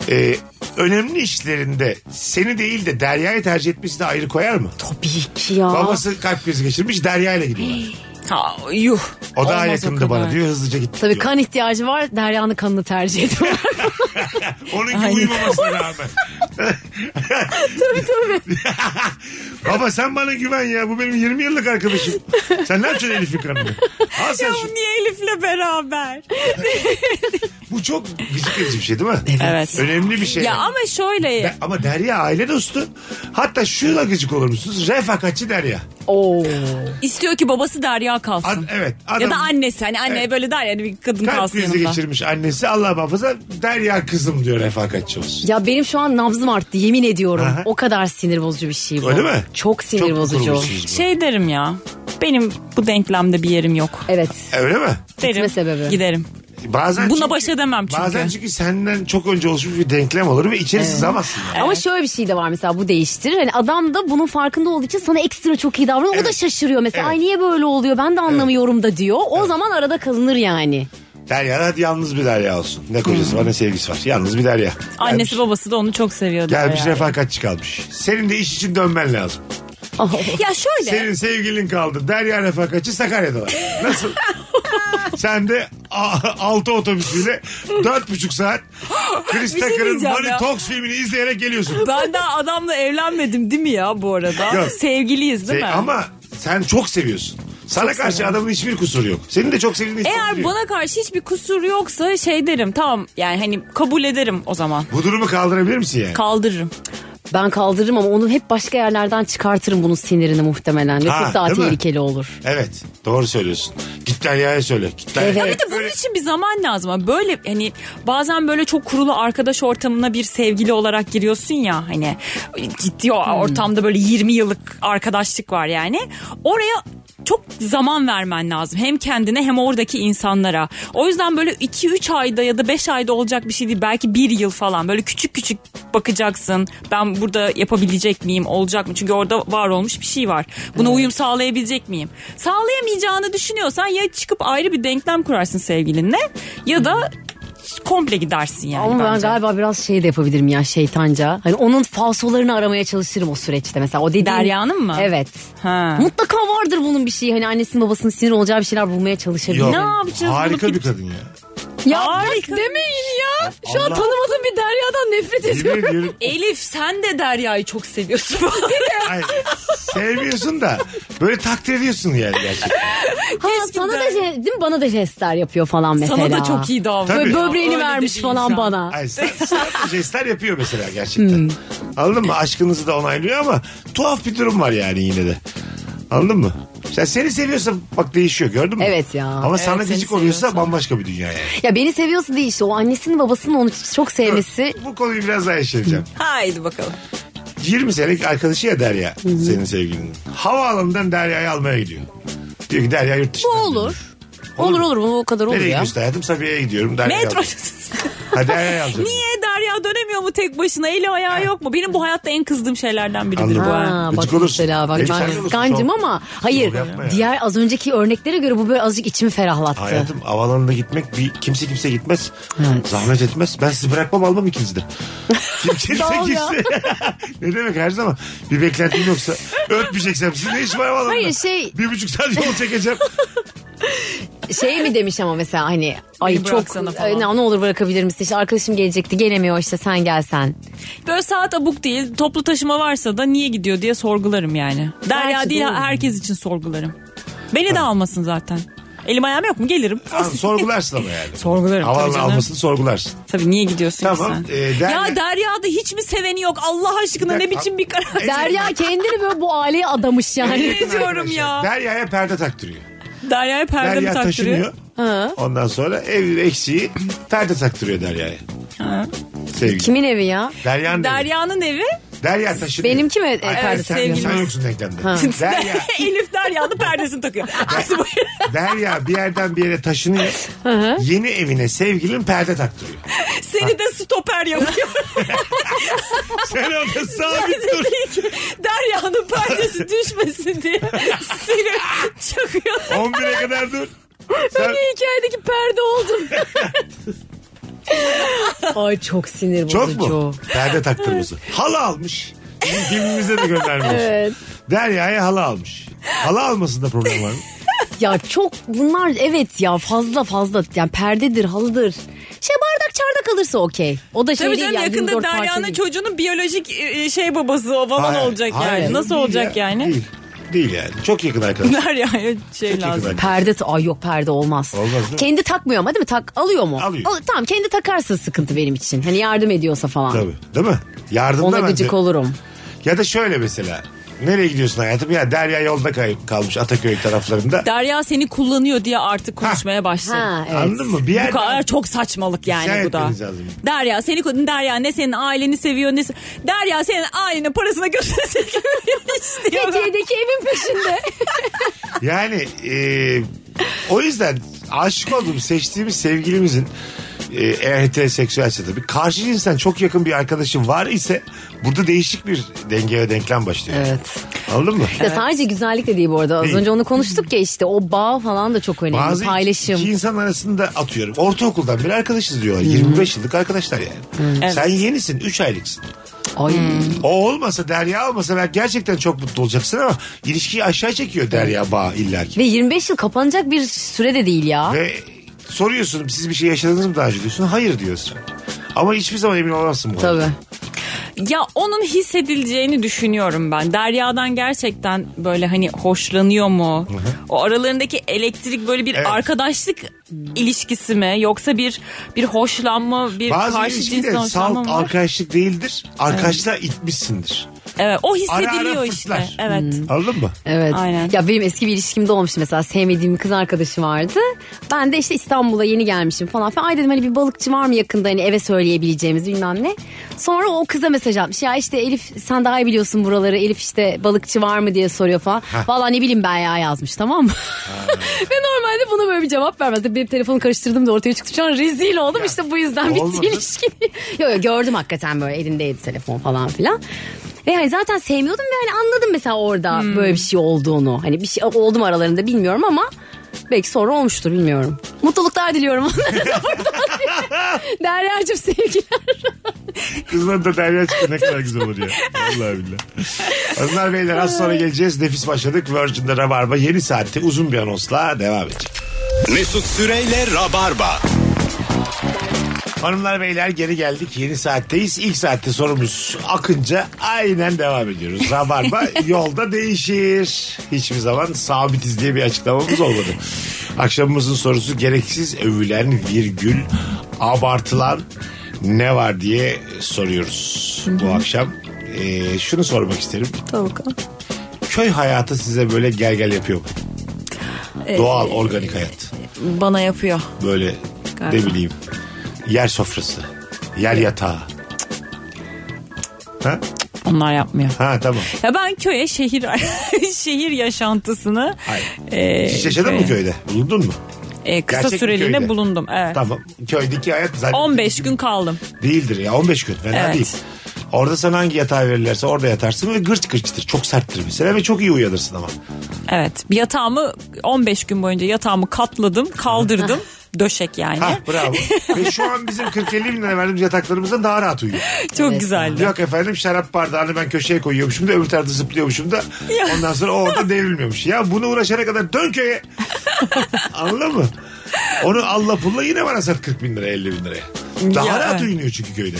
e, önemli işlerinde seni değil de Derya'yı tercih etmesi de ayrı koyar mı?
Tabii ki ya.
Babası kalp krizi geçirmiş Derya ile gidiyorlar.
ha, yuh.
O daha
Olmaz o
yakındı bana
kadar.
diyor hızlıca gitti
Tabii
diyor.
kan ihtiyacı var. Derya'nın kanını tercih ediyor.
Onunki
Aynen.
uyumamasına rağmen.
tabii tabii.
Baba sen bana güven ya. Bu benim 20 yıllık arkadaşım. Sen ne yapacaksın Elif'in kanını? Al sen
Ya
şu.
bu niye Elif'le beraber?
Bu çok gıcık edici bir şey değil mi?
Evet.
Önemli bir şey.
Ya ama şöyle.
Ben- ama Derya aile dostu. Hatta şuna gıcık olur musunuz? Refakatçi Derya.
Oo.
İstiyor ki babası Derya kalsın.
Ad- evet. Adam
ya da annesi hani anne
Evet.
böyle der yani bir kadın
Kalp
kalsın
krizi
yanında.
geçirmiş annesi. Allah muhafaza Derya kızım diyor refakatçi olsun.
Ya benim şu an nabzım arttı yemin ediyorum.
Aha.
O kadar sinir bozucu bir şey bu.
Öyle mi?
Çok sinir
Çok
bozucu.
kurulmuşsunuz bu.
Şey derim ya benim bu denklemde bir yerim yok.
Evet.
E, Öyle mi?
Derim.
sebebi.
Giderim.
Bazen
Buna
çünkü-
baş edemem çünkü.
Bazen çünkü senden çok önce oluşmuş bir denklem olur ve içeri sızamazsın. yani.
Ama şöyle bir şey de var mesela bu değiştirir. Hani adam da bunun farkında olduğu için sana ekstra çok iyi davranıyor. O da şaşırıyor mesela.
Evet.
Ay niye böyle oluyor ben de anlamıyorum da diyor. O zaman arada kalınır yani.
Derya hadi yalnız bir Derya olsun. Ne kocası var ne sevgisi var. Yalnız bir Derya.
Annesi babası da onu çok seviyordu.
Gelmiş
herhalde.
refakatçi kalmış. Senin de iş için dönmen lazım.
Ya şöyle.
Senin sevgilin kaldı. Derya refakatçi Sakarya'da var. Nasıl? Sen de a- altı otobüsüyle dört buçuk saat Chris
Bir şey
Tucker'ın
diyeceğim
Money
ya.
Talks filmini izleyerek geliyorsun.
Ben daha adamla evlenmedim değil mi ya bu arada?
Yok.
Sevgiliyiz değil
Şey,
mi?
ama sen çok seviyorsun. Sana karşı adamın hiçbir kusuru yok. Senin de çok sevdiğini
Eğer
hissettiriyor.
bana karşı hiçbir kusur yoksa şey derim tamam yani hani kabul ederim o zaman.
Bu durumu kaldırabilir misin yani?
Kaldırırım.
Ben kaldırırım ama onun hep başka yerlerden çıkartırım bunun sinirini muhtemelen. Ve
Ha,
çok daha
değil mi?
tehlikeli olur.
evet. Doğru söylüyorsun. Git Derya'ya söyle. Git Derya'ya.
Evet.
Ya bir de bunun için bir zaman lazım. ama Böyle hani bazen böyle çok kurulu arkadaş ortamına bir sevgili olarak giriyorsun ya hani ciddi o ortamda böyle 20 yıllık arkadaşlık var yani. Oraya çok zaman vermen lazım. Hem kendine hem oradaki insanlara. O yüzden böyle 2-3 ayda ya da 5 ayda olacak bir şey değil. Belki 1 yıl falan. Böyle küçük küçük bakacaksın. Ben burada yapabilecek miyim? Olacak mı? Çünkü orada var olmuş bir şey var. Buna uyum sağlayabilecek miyim? Sağlayamayacağını düşünüyorsan ya çıkıp ayrı bir denklem kurarsın sevgilinle ya da komple gidersin yani
Ama ben
bence.
galiba biraz şey de yapabilirim ya şeytanca. Hani onun falsolarını aramaya çalışırım o süreçte mesela. O dediğin...
Derya'nın mı?
Evet.
Ha.
Mutlaka vardır bunun bir şeyi. Hani annesinin babasının sinir olacağı bir şeyler bulmaya çalışabilirim.
Yok.
Ne yapacağız?
Harika
Bulup
bir kadın ya.
Ya
Harika.
bak demeyin ya. Şu an
Allah.
tanımadığım bir Derya'dan nefret
Yemin
ediyorum.
ediyorum.
Elif sen de Derya'yı çok seviyorsun.
Ay, sevmiyorsun da böyle takdir ediyorsun yani gerçekten.
Ha, sana da je- değil mi? Bana da jestler yapıyor falan mesela.
Sana da çok iyi davranıyor.
Tabii.
Böyle böbreğini
Öyle de
vermiş
bir
falan
insan.
bana.
Ay, sen, sen jestler yapıyor mesela gerçekten.
Hmm.
Anladın mı? Aşkınızı da onaylıyor ama tuhaf bir durum var yani yine de. Anladın mı? Sen seni seviyorsa bak değişiyor gördün mü?
Evet ya.
Ama sana
Evet, seni
gıcık oluyorsa
seviyorsa.
bambaşka bir dünya yani.
Ya beni seviyorsa değil işte o annesinin babasının onu çok sevmesi.
Bu konuyu biraz daha işleyeceğim.
Haydi bakalım.
20 senelik arkadaşı ya Derya senin sevgilinin. Havaalanından Derya'yı almaya gidiyor. Diyor ki Derya yurt
Bu
dışında.
olur. Olur olur bu o kadar olur
Nereye
ya.
gidiyorsun hayatım? Sabiha'ya gidiyorum. Derya'yı
Metro.
aldım. Ha Derya'yı alacağım.
Niye Derya dönemiyor mu tek başına? Eli ayağı yok mu? Benim bu hayatta en kızdığım şeylerden biridir
Anladım.
bu. ha.
Ha,
Gıcık
bak
olursun.
mesela bak
Elif sen
ben
de olursun
kıskancım
şu an.
ama hayır
Yok, yapma ya.
diğer az önceki örneklere göre bu böyle azıcık içimi ferahlattı.
Hayatım havalanına gitmek bir kimse kimse gitmez.
Evet.
Zahmet etmez. Ben sizi bırakmam almam ikinizi de. Kim, kimse
Sağ ol ya.
kimse. ne demek her zaman. Bir beklentim yoksa öpmeyeceksem siz ne iş var havalanında?
Hayır, şey-
Bir buçuk saat yol çekeceğim.
Şey mi demiş ama mesela hani ay
Beni
çok
bıraksana falan.
ay, ne, ne olur bırakabilir misin? İşte arkadaşım gelecekti gelemiyor işte sen gelsen.
Böyle saat abuk değil. Toplu taşıma varsa da niye gidiyor diye sorgularım yani. Derya
Gerçi
değil
doğru.
herkes için sorgularım. Beni de almasın zaten. Elim ayağım yok mu? Gelirim.
Al, sorgularsın ama yani.
Sorgularım tabii
Havalanın
canım.
almasını sorgularsın.
Tabii niye gidiyorsun ki
Tamam,
sen?
e, Derya-
Ya Derya'da hiç mi seveni yok? Allah aşkına ne
dakika.
biçim bir
E,
karar?
Derya kendini böyle bu aileye adamış yani.
Ne diyorum
Arkadaşlar,
ya?
Derya'ya perde taktırıyor.
Derya'ya perde mi
Derya
taktırıyor?
taşınıyor. Ondan sonra ev eksiği perde taktırıyor Derya'ya. Sevgili.
Kimin evi ya?
Derya'nın evi.
Derya'nın evi.
Derya taşınıyor.
Benimki mi?
Ay,
Evet,
sen- sen,
sevgilim.
yoksun denklemde. Derya,
Elif Derya'nın perdesini takıyor. Hadi buyurun.
Derya bir yerden bir yere taşınıyor. Yeni evine sevgilin perde taktırıyor.
Seni de stoper yapıyor.
Sen orada sabit dur.
Derya'nın perdesi düşmesin diye seni çakıyor.
11'e kadar dur. Sen
hikayedeki perde oldum. Ay çok sinir
çok
bozucu.
mu? Perde taktırması. Halı almış. Bizim Filmimize de göndermiş.
Evet.
Derya'ya halı almış. Halı almasında problem var mı?
Ya çok bunlar evet ya fazla fazla yani perdedir halıdır. Şey bardak çardak alırsa okey. O da şey
Tabii
değil
canım
yani,
yakında
24 parça
Derya'nın
değil.
çocuğunun biyolojik e, şey babası o falan
Hayır,
olacak
hayır,
yani. Nasıl
değil
olacak
ya,
yani?
Değil. Değil yani. Çok yakın arkadaş. Çok
Derya'ya şey
yakın
lazım.
arkadaş.
Perde t- ay yok perde olmaz.
Olmaz değil mi?
Kendi takmıyor ama değil mi? Tak alıyor mu?
Alıyor.
tamam kendi takarsa sıkıntı benim için. Hani yardım ediyorsa falan.
Tabii. Değil mi? Yardım
Ona
da bence.
gıcık olurum.
Ya da şöyle mesela. Nereye gidiyorsun hayatım? Ya Derya yolda kay- kalmış Ataköy taraflarında.
Derya seni kullanıyor diye artık konuşmaya başladı.
Ha evet.
Anladın mı? Bir
Bu
yerde
kadar çok saçmalık yani
İhsan
bu da.
etmeniz lazım.
Derya seni ku- Derya ne senin aileni seviyor ne se- Derya senin ailenin parasına götürecek şey istiyor.
Fethiye'deki evin peşinde.
yani e, o yüzden aşık olduğum seçtiğimiz sevgilimizin e, eğer heteroseksüelse tabii karşı cinsten çok yakın bir arkadaşı var ise burada değişik bir denge ve denklem başlıyor.
evet.
Anladın mı?
Ya sadece güzellik de değil bu arada. Az
Değil.
önce onu konuştuk ya işte o bağ falan da çok önemli.
Bazı
Paylaşım.
iki insan arasında atıyorum. Ortaokuldan beri arkadaşız diyorlar. 25 yıllık arkadaşlar yani. Sen yenisin 3 aylıksın.
Ay.
O olmasa Derya olmasa belki gerçekten çok mutlu olacaksın ama ilişkiyi aşağı çekiyor Derya bağ illaki.
Ve 25 yıl kapanacak bir süre de değil ya.
Ve soruyorsun siz bir şey yaşadınız mı daha önce diyorsun. Hayır diyorsun. Ama hiçbir zaman emin olamazsın bu
Tabii.
arada.
Ya onun hissedileceğini düşünüyorum ben. Derya'dan gerçekten böyle hani hoşlanıyor mu? O aralarındaki elektrik böyle bir
Evet.
arkadaşlık ilişkisi mi? Yoksa bir bir hoşlanma, bir
Bazı
karşı
ilişkide
cinsten hoşlanma
salt
mı? var?
arkadaşlık değildir. Arkadaşlığa itmişsindir.
Evet, o
Ara
hissediliyor
ara
işte.
fıslar.
Evet.
Anladın mı?
Evet.
Aynen.
Ya benim eski bir ilişkimde olmuştu mesela sevmediğim bir kız arkadaşı vardı. Ben de işte İstanbul'a yeni gelmişim falan filan. Ay dedim hani bir balıkçı var mı yakında hani eve söyleyebileceğimiz bilmem ne. Sonra o kıza mesaj atmış. Ya işte Elif sen daha iyi biliyorsun buraları. Elif işte balıkçı var mı diye soruyor falan. Valla ne bileyim ben ya yazmış tamam mı? Ve normalde buna böyle bir cevap vermezdi. Benim telefonu karıştırdım da ortaya çıktı. Şu an rezil oldum işte bu yüzden
olmadı.
bitti ilişki. Yok yok gördüm hakikaten böyle elindeydi telefon falan filan. Ve hani zaten sevmiyordum ve hani anladım mesela orada böyle bir şey olduğunu. Hani bir şey oldu mu aralarında bilmiyorum ama belki sonra olmuştur bilmiyorum. Mutluluklar diliyorum. Derya'cığım sevgiler.
Kızlar da derya çıktı ne kadar güzel olur ya. Vallahi billahi. Hanımlar beyler az sonra geleceğiz. Nefis başladık. Virgin'de Rabarba yeni saatte uzun bir anonsla devam edecek.
Mesut Süreyle Rabarba.
Hanımlar beyler geri geldik. Yeni saatteyiz. İlk saatte sorumuz akınca aynen devam ediyoruz. Rabarba yolda değişir. Hiçbir zaman sabitiz diye bir açıklamamız olmadı. Akşamımızın sorusu gereksiz övülen virgül abartılan ne var diye soruyoruz bu akşam. Ee, şunu sormak isterim. Köy hayatı size böyle gel gel yapıyor mu?
Ee,
Doğal, organik hayat
Bana yapıyor.
böyle ne
Galiba.
bileyim yer sofrası, yer yatağı. Ha?
Onlar yapmıyor.
Ha tamam.
Ya ben köye şehir şehir yaşantısını
Hayır.
e,
Hiç yaşadın mı
köye-
köyde? Bulundun mu?
e, kısa
Gerçek bir
süreliğine
köyde.
bulundum. Evet.
Tamam. Köydeki hayat zaten
15 gün kaldım.
değildir ya 15 gün. Fena
Evet.
değil. Orada sana hangi yatağı verirlerse orada yatarsın ve gırç gırçtır. Çok serttir mesela ve çok iyi uyanırsın ama.
Evet. Bir yatağımı 15 gün boyunca yatağımı katladım, kaldırdım. Döşek yani.
Ha bravo. ve şu an bizim 40-50 bin lira verdiğimiz yataklarımızdan daha rahat uyuyor.
Çok
Evet.
güzeldi.
Yok efendim şarap bardağını ben köşeye koyuyormuşum da öbür tarafta zıplıyormuşum da ondan sonra o orada devrilmiyormuş. Ya bunu uğraşana kadar dön köye. Anladın mı? Onu Allah pulla yine bana sat 40 bin liraya 50 bin liraya. Daha
Ya,
rahat
evet.
uyunuyor çünkü köyde.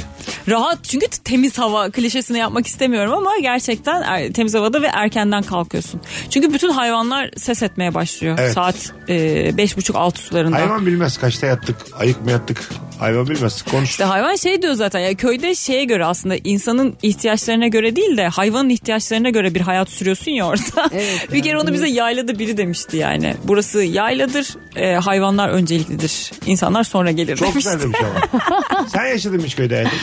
Rahat çünkü t- temiz hava klişesini yapmak istemiyorum ama gerçekten er- temiz havada ve erkenden kalkıyorsun. Çünkü bütün hayvanlar ses etmeye başlıyor.
Evet.
Saat e, beş buçuk altı sularında.
Hayvan bilmez kaçta yattık, ayık mı yattık. Hayvan bilmez. Konuş.
İşte hayvan şey diyor zaten ya köyde şeye göre aslında insanın ihtiyaçlarına göre değil de hayvanın ihtiyaçlarına göre bir hayat sürüyorsun ya orada.
Evet,
bir kere onu bize yaylada biri demişti yani. Burası yayladır e, hayvanlar önceliklidir insanlar sonra gelir
Çok
demişti.
güzel demiş ama. Sen yaşadın mı hiç köyde hayatım?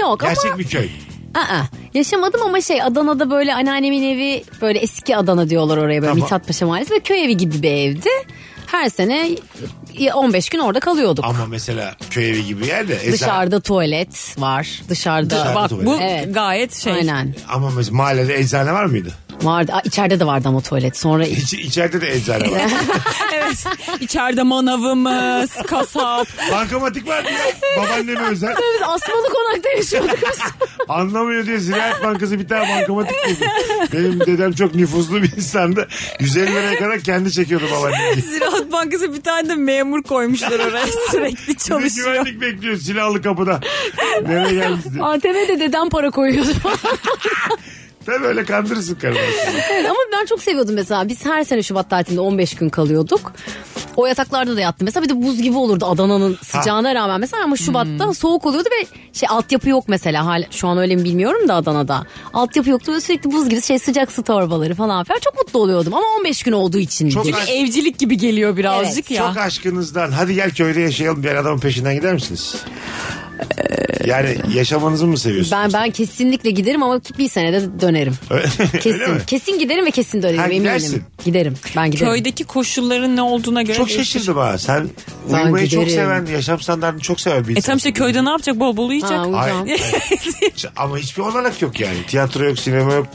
Yok ama
Gerçek bir köy.
Aa, yaşamadım ama şey Adana'da böyle anneannemin evi böyle eski Adana diyorlar oraya böyle
Tamam.
Mithat Paşa Mahallesi ve köy evi gibi bir evdi. Her sene 15 gün orada kalıyorduk.
Ama mesela köy evi gibi yerde. eczane-
Dışarıda tuvalet var. Dışarıda
Dışarıda
bak
Bak bu
Evet.
gayet şey.
aynen
Ama mesela mahallede eczane var mıydı?
vardı. Aa, içeride de vardı ama tuvalet. Sonra
İç, içeride de eczane var.
Evet. İçeride manavımız, kasap.
Bankamatik var diye. Babaanneme özel.
biz asmalı konakta yaşıyorduk biz.
Anlamıyor diye Ziraat Bankası bir tane bankamatik buldu. Benim dedem çok nüfuzlu bir insandı. 150 liraya kadar kendi çekiyordu babaannem.
Ziraat Bankası bir tane de memur koymuşlar oraya sürekli
Bir de
çalışıyor.
güvenlik bekliyor silahlı kapıda. Nereye geldiniz diye.
ATM'de dedem para koyuyordu.
Tabii öyle kandırırsın karımı.
Evet, ama ben çok seviyordum mesela. Biz her sene Şubat tatilinde 15 gün kalıyorduk. O yataklarda da yattım. Mesela bir de buz gibi olurdu Adana'nın sıcağına rağmen mesela ama Şubat'ta
Hmm.
soğuk oluyordu ve şey altyapı yok mesela hala şu an öyle mi bilmiyorum da Adana'da. Altyapı yoktu ve sürekli buz gibi şey sıcak su torbaları falan filan çok mutlu oluyordum ama 15 gün olduğu için.
Çok
diyeyim.
aşk,
Evcilik gibi geliyor birazcık ya.
çok aşkınızdan hadi gel köyde yaşayalım diyen adamın peşinden gider misiniz? Yani yaşamanızı mı seviyorsunuz?
Ben ben kesinlikle giderim ama bir senede dönerim.
Öyle mi?
Kesin kesin giderim ve kesin dönerim
Ha,
eminim.
gidersin.
Giderim. Ben giderim.
Köydeki koşulların ne olduğuna göre
Çok
değişir.
şaşırdım ha. Sen
Ben
uyumayı çok
giderim.
seven, yaşam standartını çok seven bir
E
insan.
tam işte köyde ne yapacak? Bol bol yiyecek.
Ha,
Ay,
uyuyacağım.
ay. Ama hiçbir olanak yok yani. Tiyatro yok, sinema yok,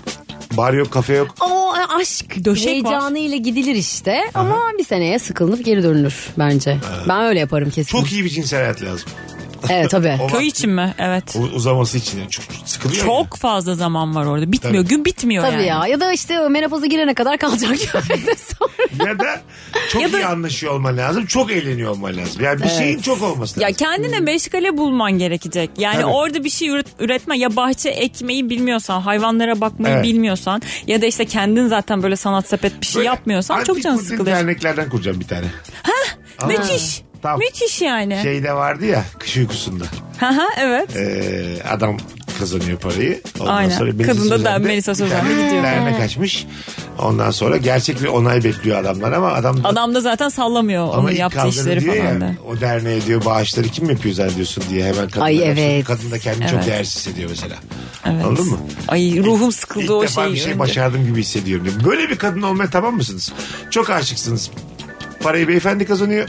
bar yok, kafe yok.
O aşk
Döşek var.
heyecanıyla gidilir işte ama bir seneye sıkılınıp geri dönülür bence. Ben öyle yaparım kesin.
Çok iyi bir cinsel hayat lazım.
Evet tabii.
O
Köy
vakti-
için mi? Evet.
U- uzaması için. Yani. Çok sıkılıyor.
Çok fazla zaman var orada. Bitmiyor. Gün bitmiyor
Tabii
yani.
ya ya da işte menopoza girene kadar kalacak köyde sonra.
ya. Ya da çok
Ya da-
iyi anlaşıyor olman lazım. Çok eğleniyor olman lazım. Yani bir şeyin çok olması
Ya
lazım.
kendine meşgale bulman gerekecek. Yani
Tabii.
orada bir şey üret- üretme ya bahçe ekmeyi bilmiyorsan, hayvanlara bakmayı
Evet.
bilmiyorsan ya da işte kendin zaten böyle sanat sepet bir şey
Böyle
yapmıyorsan çok
antik
can
kurdun
sıkılır.
derneklerden kuracağım bir tane. Anladın mı?
Müthiş.
Tamam. Şey-
Müthiş yani.
Şeyde vardı ya kış uykusunda.
Ha ha evet.
Ee, adam kazanıyor parayı. Ondan
Aynen.
Sonra Melisa
Kadın da
Sözen'de
Melisa
bir
Sözen
tane
gidiyor.
Dernek açmış. Ondan sonra gerçek bir onay bekliyor adamlar ama adam
Adam da zaten sallamıyor onun
ilk
yaptığı
kaldırı
işleri
diyor
falan
ya,
da.
O derneğe diyor bağışları kim yapıyor zannediyorsun diye hemen kadına
Ay,
karşı.
evet.
Kadın da kendini çok
Evet.
değersiz hissediyor mesela.
Evet.
Anladın mı?
Ay ruhum sıkıldı
İlk
o
defa
şey.
bir şey başardım gibi hissediyorum. diyor. Böyle bir kadın olmaya tamam mısınız? Çok aşıksınız. Parayı beyefendi kazanıyor.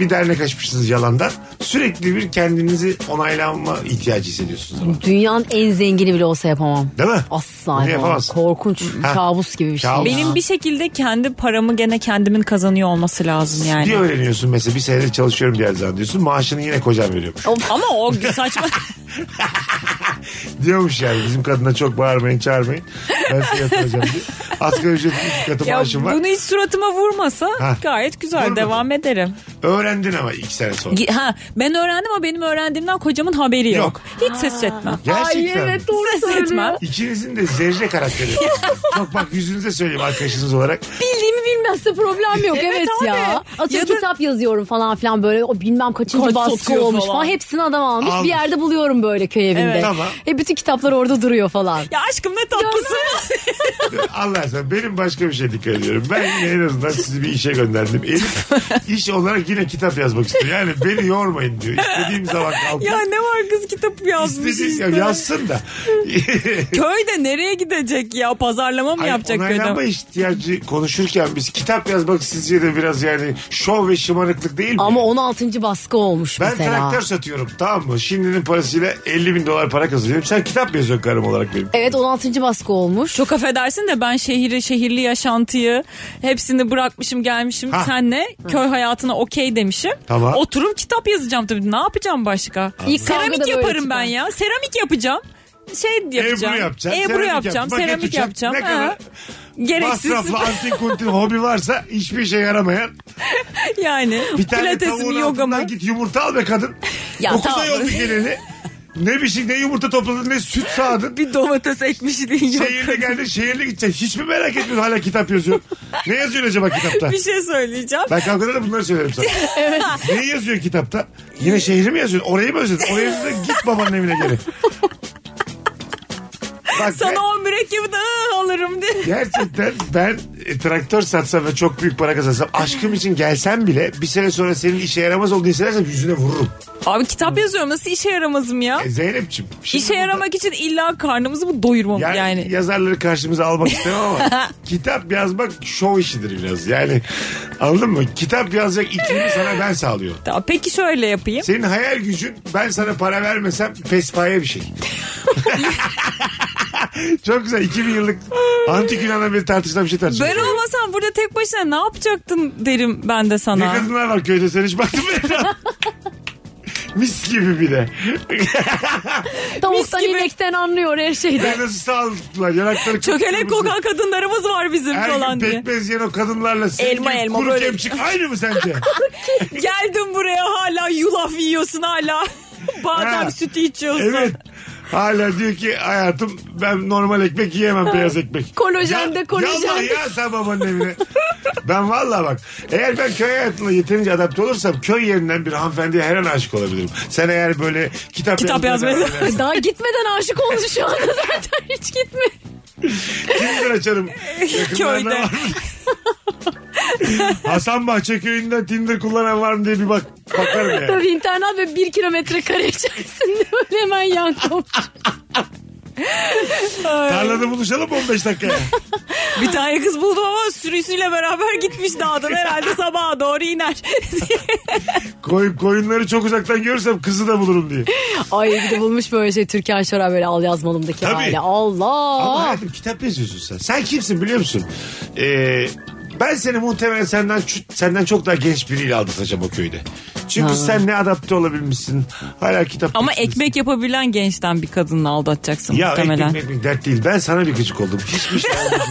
Bir dernek açmışsınız yalandan. Sürekli bir kendinizi onaylanma ihtiyacı hissediyorsunuz ama.
Dünyanın en zengini bile olsa yapamam.
Değil mi?
Asla
Bunu
yapamam.
yapamazsın.
Korkunç.
Ha.
Kabus gibi bir şey.
Kabus.
ya.
Benim bir şekilde kendi paramı gene kendimin kazanıyor olması lazım yani.
Niye öğreniyorsun mesela bir senedir çalışıyorum diye zaman diyorsun. Maaşını yine kocam veriyormuş.
Ama o saçma.
Diyormuş yani bizim kadına çok bağırmayın çağırmayın. Ben size yatıracağım diye. Asgari ücretin iki katı
ya
maaşım var.
bunu hiç suratıma vurmasa
Ha.
gayet güzel
Vurmadı.
devam ederim.
Öğrendin ama iki sene sonra.
Gi- Ha ben öğrendim ama benim öğrendiğimden kocamın haberi yok.
Yok.
Hiç ses etmem.
Gerçekten.
Ay evet doğru
Ses
söylüyor.
etmem.
İkinizin de zerre karakteri. Çok bak yüzünüze söyleyeyim arkadaşınız olarak.
Bildiğimi bilmezse problem yok evet,
abi.
ya. Atıyorum
Ya da-
kitap yazıyorum falan filan böyle o bilmem kaçıncı
Kaç
baskı
satıyor
olmuş falan.
falan.
Hepsini adam almış.
Almış.
Bir yerde buluyorum böyle köy evinde.
Evet.
Tamam.
E, bütün kitaplar orada duruyor falan.
Ya aşkım ne tatlısı.
Allah sen benim başka bir şey dikkat ediyorum. Ben yine en azından sizi bir işe gönderdim. Elif iş olarak yine kitap yazmak istiyor. Yani beni yormayın diyor. İstediğim zaman kalkıyor.
ya ne var kız kitap yazmış
İstediğim ya
işte.
yazsın da.
Köyde nereye gidecek ya? Pazarlama mı
Ay,
yapacak
onaylanma
köyde?
ihtiyacı konuşurken biz kitap yazmak sizce de biraz yani şov ve şımarıklık değil mi?
Ama 16. baskı olmuş
ben
mesela.
traktör satıyorum tamam mı? Şimdinin parasıyla 50 bin dolar para kazanıyorum. Sen kitap mı yazıyorsun karım olarak benim.
Evet 16. baskı olmuş.
Çok affedersin de ben şehri, şehirli yaşantıyı hepsini bırakmışım gelmişim
Ha.
senle. Köy hayatına okey demişim.
Tamam.
Oturup kitap yazacağım tabii. Ne yapacağım başka?
İlk kavga da
Seramik
böyle
yaparım
çıkar.
ben ya. Seramik yapacağım. Şey yapacağım.
Ebru yapacaksın, seramik
Ebru yapacağım.
yapacaksın,
Seramik
maket uçak.
yapacağım.
Ne kadar
Ha. Gereksiz
Masraflı antin kuntin hobi varsa hiçbir işe yaramayan
yani.
bir tane
Pilatesim
tavuğun
yoga mı?
altından git yumurta al be kadın.
Ya
Dokuza
tamam.
yoldu geleni. Ne bir şey ne yumurta topladın ne süt sağdın.
Bir domates ekmişliğin yok.
Şehirde geldin şehirde gideceksin. Hiç mi merak etmiyorsun hala kitap yazıyorsun? Ne yazıyorsun acaba kitapta?
Bir şey söyleyeceğim.
Ben kavgada da bunları söylerim sana. evet. Ne yazıyor kitapta? Yine şehri mi yazıyorsun? Orayı mı özledin? Orayı özledin git babanın evine geri. Bak ben-
Sana o mürekkebi de ıı, alırım diye.
Gerçekten ben e, traktör satsam ve çok büyük para kazansam aşkım için gelsem bile bir sene sonra senin işe yaramaz olduğunu hissedersem yüzüne vururum.
Abi kitap yazıyorum nasıl işe yaramazım ya?
E, Zeynep'ciğim. şimdi
İşe yaramak için illa karnımızı bu doyurmam
burada-
yani.
Yani, yazarları karşımıza almak istemem ama kitap yazmak şov işidir biraz. Yani anladın mı? Kitap yazacak iklimi sana ben sağlıyorum.
Tamam, Peki şöyle yapayım.
Senin hayal gücün ben sana para vermesem pespaye bir şey. Çok güzel. 2000 yıllık antik Yunan'dan bir tartışılan bir şey tartışıyor.
Ben olmasam burada tek başına ne yapacaktın derim ben de
Ne
sana.
kadınlar var köyde sen hiç baktın mı? Mis gibi bir de.
Tavuktan
gibi.
inekten anlıyor her şeyden.
Ben nasıl sağlıklılar? Yanakları
Çökelek
kıpkırmızı.
kokan kadınlarımız var bizim
Her
falan
gün
diye.
pekmez yiyen o kadınlarla senin
Elma,
gibi
elma
kuru
böyle.
kemçik aynı mı sence?
Geldim buraya hala yulaf yiyorsun hala. Badem
Ha.
sütü içiyorsun.
evet. Hala diyor ki hayatım ben normal ekmek yiyemem beyaz ekmek.
Kolajen de,
Ya-
kolajen
Yallah
de.
ya sen babanın evine. ben valla bak eğer ben köy hayatına yeterince adapte olursam köy yerinden bir hanımefendiye her an aşık olabilirim. Sen eğer böyle kitap,
Kitap
yazmaya
yazmaya-
devam edersen-
Daha gitmeden aşık oldu şu anda zaten hiç gitme.
Kimden açarım? Yakınlarda
Köyde.
var mı? Hasan Bahçe köyünde Tinder kullanan var mı diye bir bak bakarım yani.
Tabii internet ve bir kilometre kare içerisinde böyle hemen yan kopmuş.
Tarlada buluşalım mı 15 dakikaya.
Bir tane kız buldum ama sürüsüyle beraber gitmiş dağdan herhalde sabaha doğru iner.
Koyun, koyunları çok uzaktan görürsem kızı da bulurum diye.
Ay bir de bulmuş böyle şey Türkan Şoray böyle al yazmalımdaki
Tabii.
hali. Allah.
Ama hayatım kitap yazıyorsun sen. Sen kimsin biliyor musun? Ee, ben seni muhtemelen senden ç- senden çok daha genç biriyle aldatacağım o köyde. Çünkü sen ne adapte olabilmişsin. Hala kitap
ama
yazıyorsun.
ekmek yapabilen gençten bir kadınla aldatacaksın
Ya
muhtemelen.
ekmek ekmek dert değil. Ben sana bir gıcık oldum. Hiçbir şey olmadı.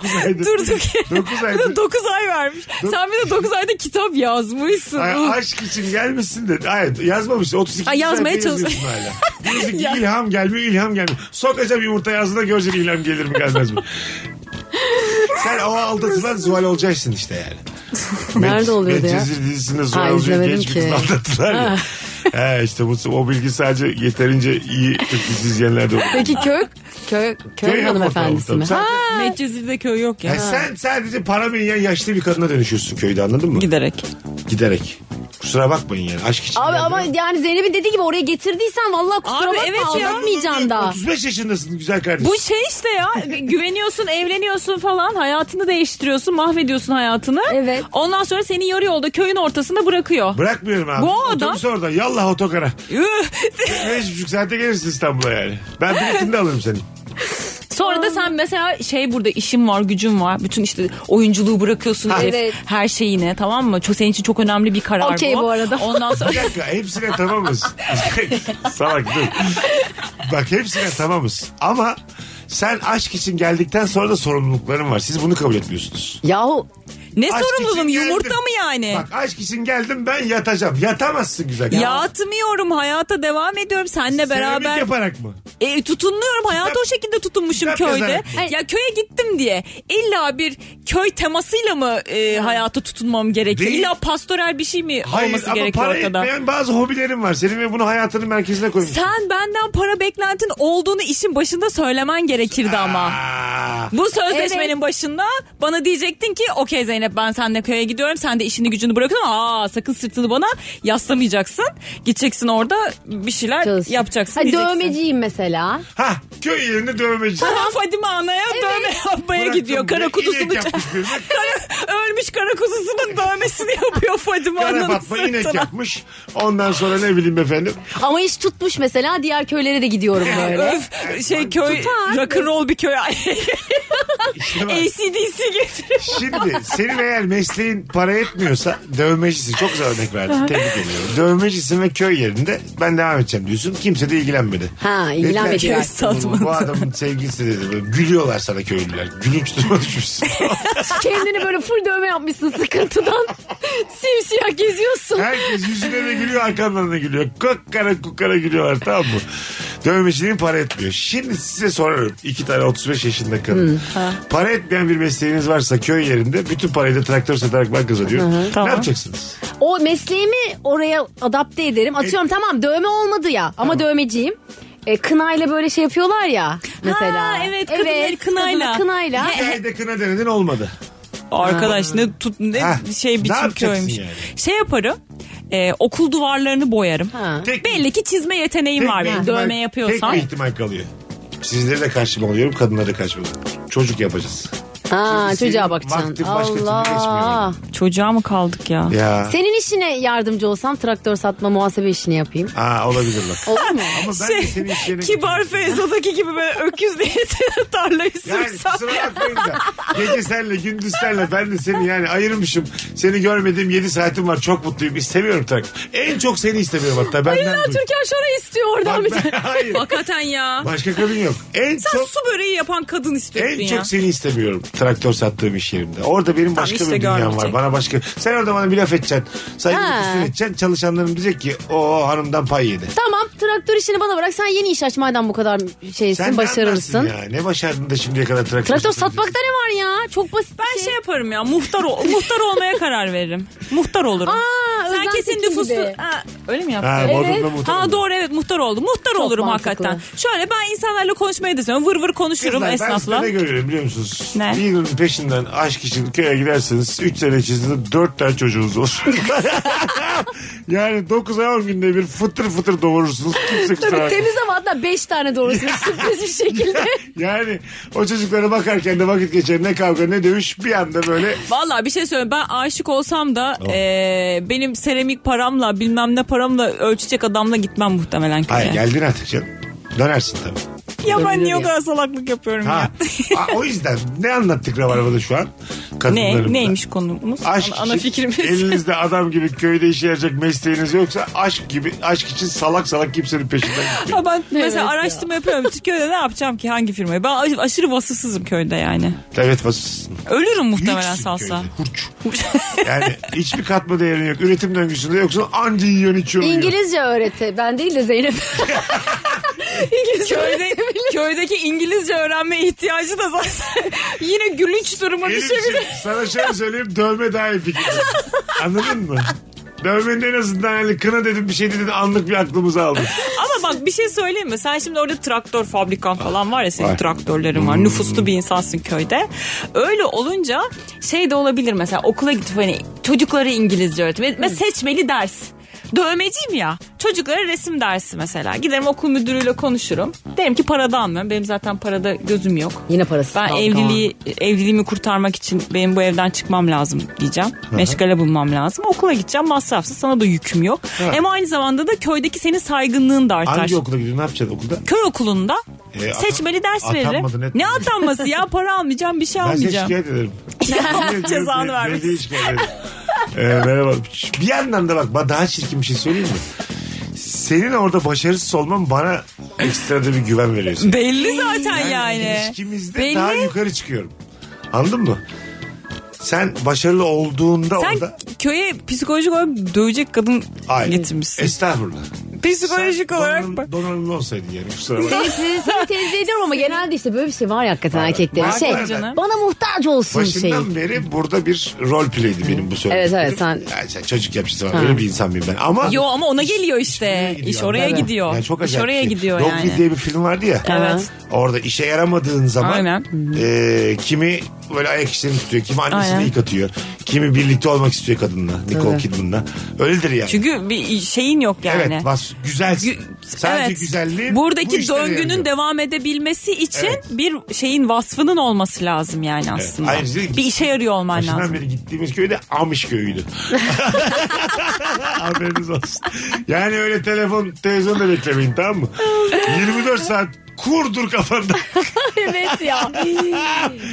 9 aydır.
Durduk yere.
9 aydır.
9 ay vermiş. Sen bir de 9 ayda kitap yazmışsın.
Ay,
Uh.
aşk için gelmişsin de. Hayır yazmamışsın. 32
Ay, yazmaya
sayfa
çalış-
yazıyorsun hala. Diyorsun ki
Ya.
ilham gelmiyor ilham gelmiyor. Sokacağım yumurta yazdığında görecek ilham gelir mi gelmez mi? Sen o aldatılan Zuhal olacaksın işte yani.
Nerede oluyordu ya?
Medcezir dizisinde Zuhal
Ha,
Olcay'ı
izlemedim
genç bir kız
ki.
aldattılar ya. He işte bu, o bilgi sadece yeterince iyi Türk dizisi izleyenlerde oluyor.
Peki kök köy köy
Köy
hanımefendisi
hanımefendi,
mi?
tabii.
Ha,
Medcezir'de köy yok ya.
Yani sen sadece para yiyen yaşlı bir kadına dönüşüyorsun köyde anladın mı?
Giderek.
Giderek. Kusura bakmayın yani aşk için.
Abi
geldim
ama yani Zeynep'in dediği gibi oraya getirdiysen vallahi kusura
Abi
bakma
evet ya.
aldatmayacağım daha.
35 yaşındasın güzel kardeşim.
Bu şey işte ya güveniyorsun evleniyorsun falan hayatını değiştiriyorsun mahvediyorsun hayatını.
Evet.
Ondan sonra seni yarı yolda köyün ortasında bırakıyor.
Bırakmıyorum abi.
Bu adam-
Otobüs orada. Yallah otokara.
Üh!
Beş buçuk saate gelirsin İstanbul'a yani. Ben biletini de alırım seni.
sonra da sen mesela şey burada işim var gücüm var bütün işte oyunculuğu bırakıyorsun
Ha.
herif,
Evet.
her şeyine tamam mı? Çok, senin için çok önemli bir karar
Okey
bu.
bu arada.
Ondan sonra
Bir dakika hepsine tamamız. Salak dur. Bak hepsine tamamız. Ama sen aşk için geldikten sonra da sorumlulukların var. Siz bunu kabul etmiyorsunuz.
Yahu
ne
Aşk
sorumluluğum
için
yumurta
geldim.
mı yani?
Bak aşk için geldim ben yatacağım. Yatamazsın güzel.
Ya. Yatmıyorum hayata devam ediyorum seninle
Seramik
beraber.
yaparak mı?
E, tutunmuyorum hayata o şekilde tutunmuşum
Kitap
köyde.
yazarım.
Ya köye gittim diye illa bir köy temasıyla mı e, hayata tutunmam gerekiyor?
Değil.
İlla pastoral bir şey mi
Hayır
olması
ama
gerekiyor
para
ortada?
etmeyen bazı hobilerin var. Senin ve bunu hayatının merkezine koymuşsun.
Sen benden para beklentin olduğunu işin başında söylemen gerekirdi ama.
Aa,
Bu sözleşmenin
Evet.
başında bana diyecektin ki okey Zeynep ben seninle köye gidiyorum. Sen de işini gücünü bırakın ama aa, sakın sırtını bana yaslamayacaksın. Gideceksin orada bir şeyler
çalışsın.
yapacaksın
Ha,
diyeceksin.
dövmeciyim mesela.
Hah köy yerinde dövmeci.
Tamam Fadime Ana'ya dövme yapmaya
Bıraktım
gidiyor.
bile,
Kara
inek
kudusunu
yapmış bir bak.
kara, ölmüş kara kuzusunun dövmesini yapıyor Fadime
Kara
Ana'nın
Fatma inek
sırtına.
yapmış. Ondan sonra ne bileyim efendim.
Ama iş tutmuş mesela diğer köylere de gidiyorum böyle.
Öf, şey köy rock'n'roll bir köy.
İşte bak.
ACDC getiriyor.
Şimdi senin eğer mesleğin para etmiyorsa dövmecisin. Çok güzel örnek verdin. Tebrik ediyorum. Dövmecisin ve köy yerinde ben devam edeceğim diyorsun. Kimse de ilgilenmedi.
Ha, ilgilenmediler.
Dediler ki,
Köy satmadı.
Bu adamın sevgilisi dedi. Böyle gülüyorlar sana köylüler. Gülünç duruma düşmüşsün.
Kendini böyle full dövme yapmışsın sıkıntıdan. Simsiyah geziyorsun.
Herkes yüzüne de gülüyor arkandan da gülüyor. Kukkara kukkara gülüyorlar tamam mı? Dövmeciliğin para etmiyor. Şimdi size sorarım. iki tane 35 yaşında kadın. Para etmeyen bir mesleğiniz varsa köy yerinde bütün parayı da traktör satarak ben kazanıyorum. Ne
Tamam.
yapacaksınız?
O mesleğimi oraya adapte ederim. Atıyorum tamam dövme olmadı ya ama dövmeciyim. E, kınayla böyle şey yapıyorlar ya mesela.
Ha, evet, kadın el kınayla.
kadın kınayla.
Bir ayda kına denedin olmadı.
Arkadaş ne tut ne
Heh, ne
şey biçim
yapacaksın
köymüş.
yani?
Şey yaparım. e, okul duvarlarını boyarım.
Ha.
Tek-
Belli ki çizme yeteneğim
Tek
var
bir
benim.
ihtimal-
Dövme yapıyorsam.
Tek bir ihtimal kalıyor. Sizleri de karşıma alıyorum, kadınları da karşıma alıyorum. Çocuk yapacağız.
Ha, çocuğa
Senin
bakacaksın.
vaktin başka türlü
Allah.
geçmiyor.
Çocuğa mı kaldık ya?
Ya.
Senin işine yardımcı olsam traktör satma muhasebe işini yapayım.
Aa, olabilir bak.
Olur mu?
Ama ben de senin iş yerine
Şey, Kibar
gittim.
Feyzo'daki gibi böyle öküz niyetine tarlayı
Yani
sürsem.
kusura bakmayın da gece senle gündüz senle ben de seni yani ayırmışım. Seni görmediğim 7 saatim var çok mutluyum istemiyorum tak. En çok seni istemiyorum hatta benden duy.
Türkan Şoray istiyor oradan
Bak
bir
ben-
tane.
Hayır
Hakikaten ya.
başka kadın yok. En
Sen
çok
su böreği yapan kadın istiyorsun
En
ya.
çok seni istemiyorum traktör sattığım iş yerimde. Orada benim başka
işte
bir dünyam var.
görmeyecek.
Bana başka. Sen orada bana bir laf edeceksin. Saygılı
Ha.
küfür edeceksin. Çalışanlarım diyecek ki o hanımdan pay yedi.
Tamam traktör işini bana bırak. Sen yeni iş açmaydan bu kadar şeysin,
Sen ne
başarılısın.
anlarsın Ya. Ne başardın da şimdiye kadar traktör,
Traktör
satıyorsun?
satmakta ne var ya? Çok basit
Ben şey yaparım ya muhtar ol- muhtar olmaya karar veririm. Muhtar olurum.
Aa,
Sen
Özlem
kesin
Tekin
nüfuslu.
gibi.
Ha, öyle mi
Ha,
yaptın?
Bodrum'da muhtar
Ha
oldum.
doğru evet muhtar oldum. Muhtar olurum
mantıklı.
hakikaten. Şöyle ben insanlarla konuşmayı da seviyorum. Vır vır konuşurum
Kızlar, Ben
esnafla.
size ne görüyorum biliyor musunuz?
Ne?
Bir yılın peşinden aşk için köye giderseniz 3 sene içinde 4 tane çocuğunuz olur. yani 9 ay 10 günde bir fıtır fıtır doğurursunuz. Kimse kusura bakmasın.
Temiz ama hatta 5 tane doğrusu sürpriz bir şekilde.
Yani o çocuklara bakarken de vakit geçer ne kavga ne dövüş bir anda böyle
Vallahi bir şey söyleyeyim ben aşık olsam da
Oh.
e, benim seramik paramla bilmem ne paramla ölçecek adamla gitmem muhtemelen köye.
Hayır geldin artık canım. Dönersin tabii.
Ya ben
Dönülür
niye o
ya.
kadar salaklık yapıyorum
Ha.
ya?
Aa, o yüzden ne anlattık Rabarba'da şu an? Kadınlarımıza.
Ne? Neymiş konumuz?
Aşk
ana, ana
için
fikrimiz.
elinizde adam gibi köyde işe yarayacak mesleğiniz yoksa aşk gibi aşk için salak salak kimsenin peşinden gitmeyin.
Ha ben mesela
ya.
araştırma yapıyorum. Köyde ne yapacağım ki hangi firmayı? Ben aş- aşırı vasıfsızım köyde yani.
Evet basısın.
Ölürüm muhtemelen
Lüksün
salsa.
köyde, Hurç. yani hiçbir katma değeri yok. Üretim döngüsünde yoksa anca yiyorsun içiyorsun. yiyorsun.
İngilizce öğreti. Ben değil de Zeynep. İngilizce
Köyde, köydeki İngilizce öğrenme ihtiyacı da zaten yine gülünç duruma
Benim için-
düşebilir.
sana şöyle söyleyeyim dövme daha iyi fikir. Anladın mı? Dövmenin en azından hani kına dedim bir şey dedin anlık bir aklımızı aldı.
Ama bak bir şey söyleyeyim mi? Sen şimdi orada traktör fabrikan falan var ya senin
Var.
traktörlerin var. Nüfuslu bir insansın köyde. Öyle olunca şey de olabilir mesela okula gidip hani çocuklara İngilizce öğretme. Ve seçmeli ders. Dövmeciyim ya. Çocuklara resim dersi mesela. Giderim okul müdürüyle konuşurum. Derim ki parada almıyorum. Benim zaten parada gözüm yok.
Yine parası.
Ben evliliği evliliğimi kurtarmak için benim bu evden çıkmam lazım diyeceğim. Meşgale bulmam lazım. Okula gideceğim masrafsız sana da yüküm yok. Ama aynı zamanda da köydeki senin saygınlığın da artar.
Hangi okula gidiyorsun? Ne yapacaksın okulda?
Köy okulunda
E, ata-
seçmeli ders
atanmadın,
veririm.
etmedin.
Ne atanması ya para almayacağım bir şey
Ben seni
almayacağım.
şikayet ederim.
Cezanı vermesin.
Belediye şikayet ederim. Ee, merhaba. Bir yandan da bak bana daha çirkin bir şey söyleyeyim mi? Senin orada başarısız olman bana ekstra da bir güven veriyorsun.
Belli zaten yani.
İlişkimizde
Belli.
daha yukarı çıkıyorum. Anladın mı? Sen başarılı olduğunda
Sen
orada...
köye psikolojik olarak dövecek kadın
Hayır.
getirmişsin.
Estağfurullah.
psikolojik
Sen
olarak
donanım-
bak.
donanımlı olsaydın yani kusura bakma.
Seni, seni, seni tenzih ediyorum ama genelde işte böyle bir şey var ya hakikaten erkeklerin.
var
Şey,
canım.
bana muhtaç olsun şey.
Başından beri burada bir rol play'di benim bu söylediğim.
Evet, evet, sen-
Yani sen çocuk yapmışsın falan öyle bir insan mıyım ben ama...
Yo ama ona geliyor işte.
gidiyor.
İş oraya
Evet.
gidiyor.
Yani çok
İş
acayip
oraya
bir şey.
gidiyor
Dogville
yani.
diye bir film vardı ya.
Evet.
Orada işe yaramadığın zaman
Aynen.
e, kimi böyle ayak işlerini tutuyor, kimi annesini
Aynen.
yıkatıyor, kimi birlikte olmak istiyor kadınla, Nicole Kidman'la. Öyledir yani.
Çünkü bir şeyin yok yani.
Evet, bas, güzelsin.
Gü-
Sadece güzelliğin bu
Buradaki
işlere
döngünün
yarıyor.
devam edebilmesi için
Evet.
bir şeyin vasfının olması lazım yani aslında.
Ayrıca
bir işe yarıyor olman
Başından
lazım.
beri gittiğimiz köyde Amış köyüydü. Haberiniz olsun. Yani öyle telefon, televizyon da beklemeyin tamam mı? 24 saat kurdur kafanda.
evet ya.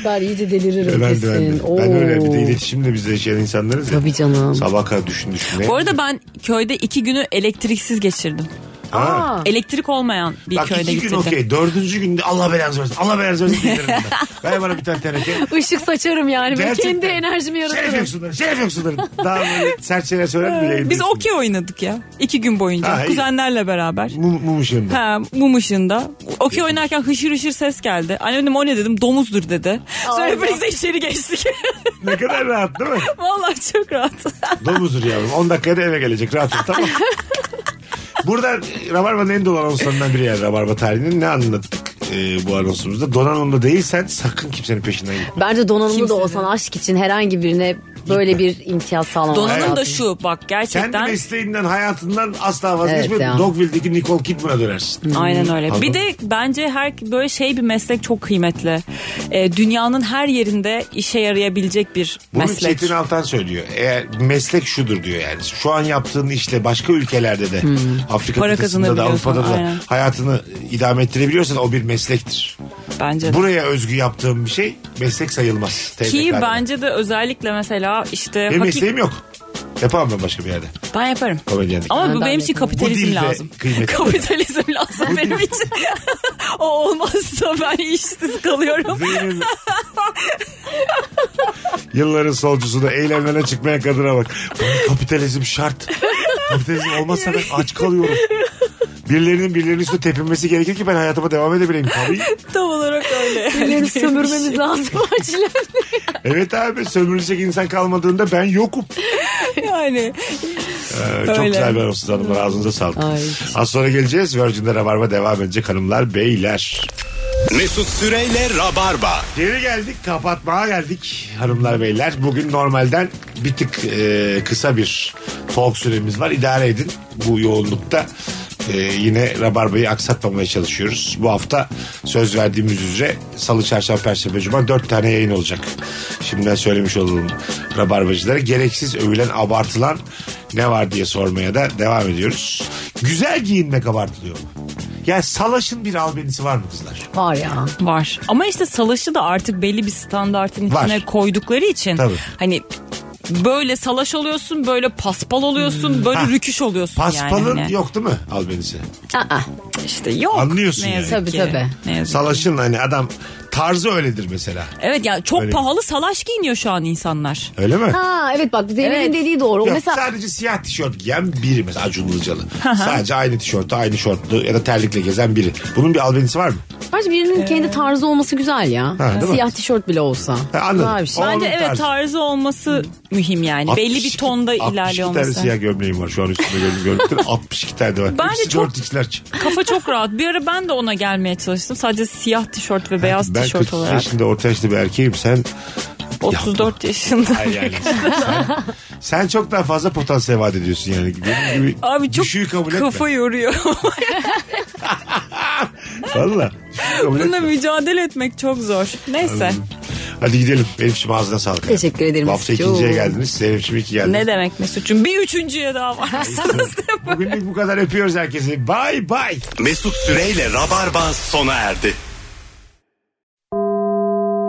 ben iyice deliririm
ben de
kesin.
ben de.
Oo.
Ben öyle bir de iletişimle biz yaşayan insanlarız ya.
Tabii canım.
Sabah kadar düşün düşünmeye.
Bu arada ben köyde iki günü elektriksiz geçirdim.
Ha.
Aa,
Elektrik olmayan bir
Bak
köyde
iki gün
gittim.
okey. Dördüncü günde Allah belanızı versin. Allah belanızı versin dinlerim ben. Ver bana bir tane teneke.
e, ışık saçarım yani. Ben kendi enerjimi
Şeref
yaratırım.
yok sunarım. Şeref yok sunarım. Daha böyle sert şeyler söyler mi? yayında?
Ee, Biz okey oynadık ya. iki gün boyunca.
Ha, iyi.
kuzenlerle beraber.
Mum, mum ışığında.
Ha, mum ışığında. Okey oynarken hışır hışır ses geldi. Annem dedim o ne dedim domuzdur dedi. Sonra hepimiz de içeri geçtik.
Ne kadar rahat değil mi?
Vallahi çok rahat.
Domuzdur yavrum. 10 dakikada eve gelecek. Rahat ol tamam Burada e, Rabarba'nın en dolu anonslarından biri yani Rabarba tarihinin ne anlattık e, bu anonsumuzda? Donanımlı değilsen sakın kimsenin peşinden gitme.
Bence donanımlı da
Kimsenin.
olsan aşk için herhangi birine böyle bir imtiyaz sağlamak
Donanım da
lazım.
şu bak
Kendi
gerçekten.
mesleğinden, hayatından asla vazgeçme.
Evet ya.
Dogville'deki Nicole Kidman'a dönersin.
Aynen öyle.
Anladım.
Bir de bence her böyle şey bir meslek çok kıymetli. Ee, dünyanın her yerinde işe yarayabilecek bir
Bunu
meslek.
Çetin Altan söylüyor. Eğer meslek şudur diyor yani. Şu an yaptığın işle başka ülkelerde de Afrika
Hmm. Para
kıtasında da
kazanabiliyorsan,
Avrupa'da da
aynen.
hayatını idame ettirebiliyorsan o bir meslektir.
Bence. de.
Buraya özgü yaptığım bir şey meslek sayılmaz.
Ki
TVK'da.
bence de özellikle mesela işte
Benim
hakik-
mesleğim yok. Yapamam ben başka bir yerde.
ben yaparım.
Komedyenlik.
Ama
Ben
bu
de
benim için
halletmem.
kapitalizm
Bu dilde
lazım.
kıymetli.
Kapitalizm lazım benim için. o olmazsa ben işsiz kalıyorum.
Zeynep. Yılların solcusu da eylemlere çıkmaya kadına bak. Bana kapitalizm şart. Kapitalizm olmazsa ben aç kalıyorum. Birilerinin birilerinin üstüne tepinmesi gerekir ki ben hayatıma devam edebileyim. Tabii.
Tam olarak öyle.
Ellerini sömürmemiz lazım acilen.
Evet abi sömürülecek insan kalmadığında ben yokum.
yani.
Ee, çok
Öyle.
güzel bir anonsuz hanımlar ağzınıza sağlık.
Ay.
Az sonra geleceğiz. Virgin'de Rabarba devam edecek hanımlar beyler.
Mesut Süreyle Rabarba.
Geri geldik kapatmaya geldik hanımlar beyler. Bugün normalden bir tık e, kısa bir talk süremiz var. İdare edin bu yoğunlukta. E, yine Rabarba'yı aksatmamaya çalışıyoruz. Bu hafta söz verdiğimiz üzere salı, çarşamba, perşembe, cuma dört tane yayın olacak. Şimdiden söylemiş olalım Rabarbacılara. Gereksiz övülen, abartılan ne var diye sormaya da devam ediyoruz. Güzel giyinmek abartılıyor mu? Yani salaşın bir albenisi var mı kızlar?
Var ya.
Var. Ama işte salaşı da artık belli bir standartın
Var.
içine koydukları için
Tabii.
hani böyle salaş oluyorsun, böyle paspal oluyorsun, böyle
Ha.
rüküş oluyorsun yani.
Hmm. Paspalın
hani.
yok değil mi albenisi?
Aa,
İşte yok.
Anlıyorsun
ne
yani.
yazık
Tabii,
ki.
tabii.
Ne yazık ki.
Salaşın hani adam tarzı öyledir mesela.
Evet ya çok
Öyle.
pahalı salaş giyiniyor şu an insanlar.
Öyle mi?
Ha evet bak Zeynep'in
Evet.
dediği doğru. O
Yok,
mesela
sadece siyah tişört giyen biri mesela Acun Ilıcalı. sadece aynı tişörtü, aynı şortlu ya da terlikle gezen biri. Bunun bir albenisi var mı?
Bence birinin kendi tarzı olması güzel ya.
Ha, değil mi?
Siyah tişört bile olsa.
Ha, anladım.
Güzel bir şey.
O-
Bence
Onun
evet
tarzı.
tarzı olması mühim yani. Belli
62
bir tonda
62
ilerliyor olması.
tane siyah gömleğim var şu an üstümde gördüm gördüm. 62 tane de var.
Bence
Hepsi
çok-
dört içler.
Kafa çok rahat. Bir ara ben de ona gelmeye çalıştım. Sadece siyah tişört ve beyaz
ben
tişört
40
olarak.
yaşında orta yaşlı bir erkeğim sen.
34 yaşında.
Ay yani sen, sen çok daha fazla potansiyel vaat ediyorsun yani. Benim gibi
Abi çok
düşüğü kabul etme.
kafa yoruyor.
Valla. düşüğü kabul
Bununla
etme.
mücadele etmek çok zor. Neyse.
Hadi gidelim. Benim şimdi ağzına sağlık.
Teşekkür ederim.
Bu hafta ikinciye geldiniz. Zeynep şimdi iki geldiniz.
Ne demek Mesut'cum? Bir üçüncüye daha varsanız
Bugünlük bu kadar öpüyoruz herkesi. Bay bay.
Mesut Süreyle Rabarba sona erdi.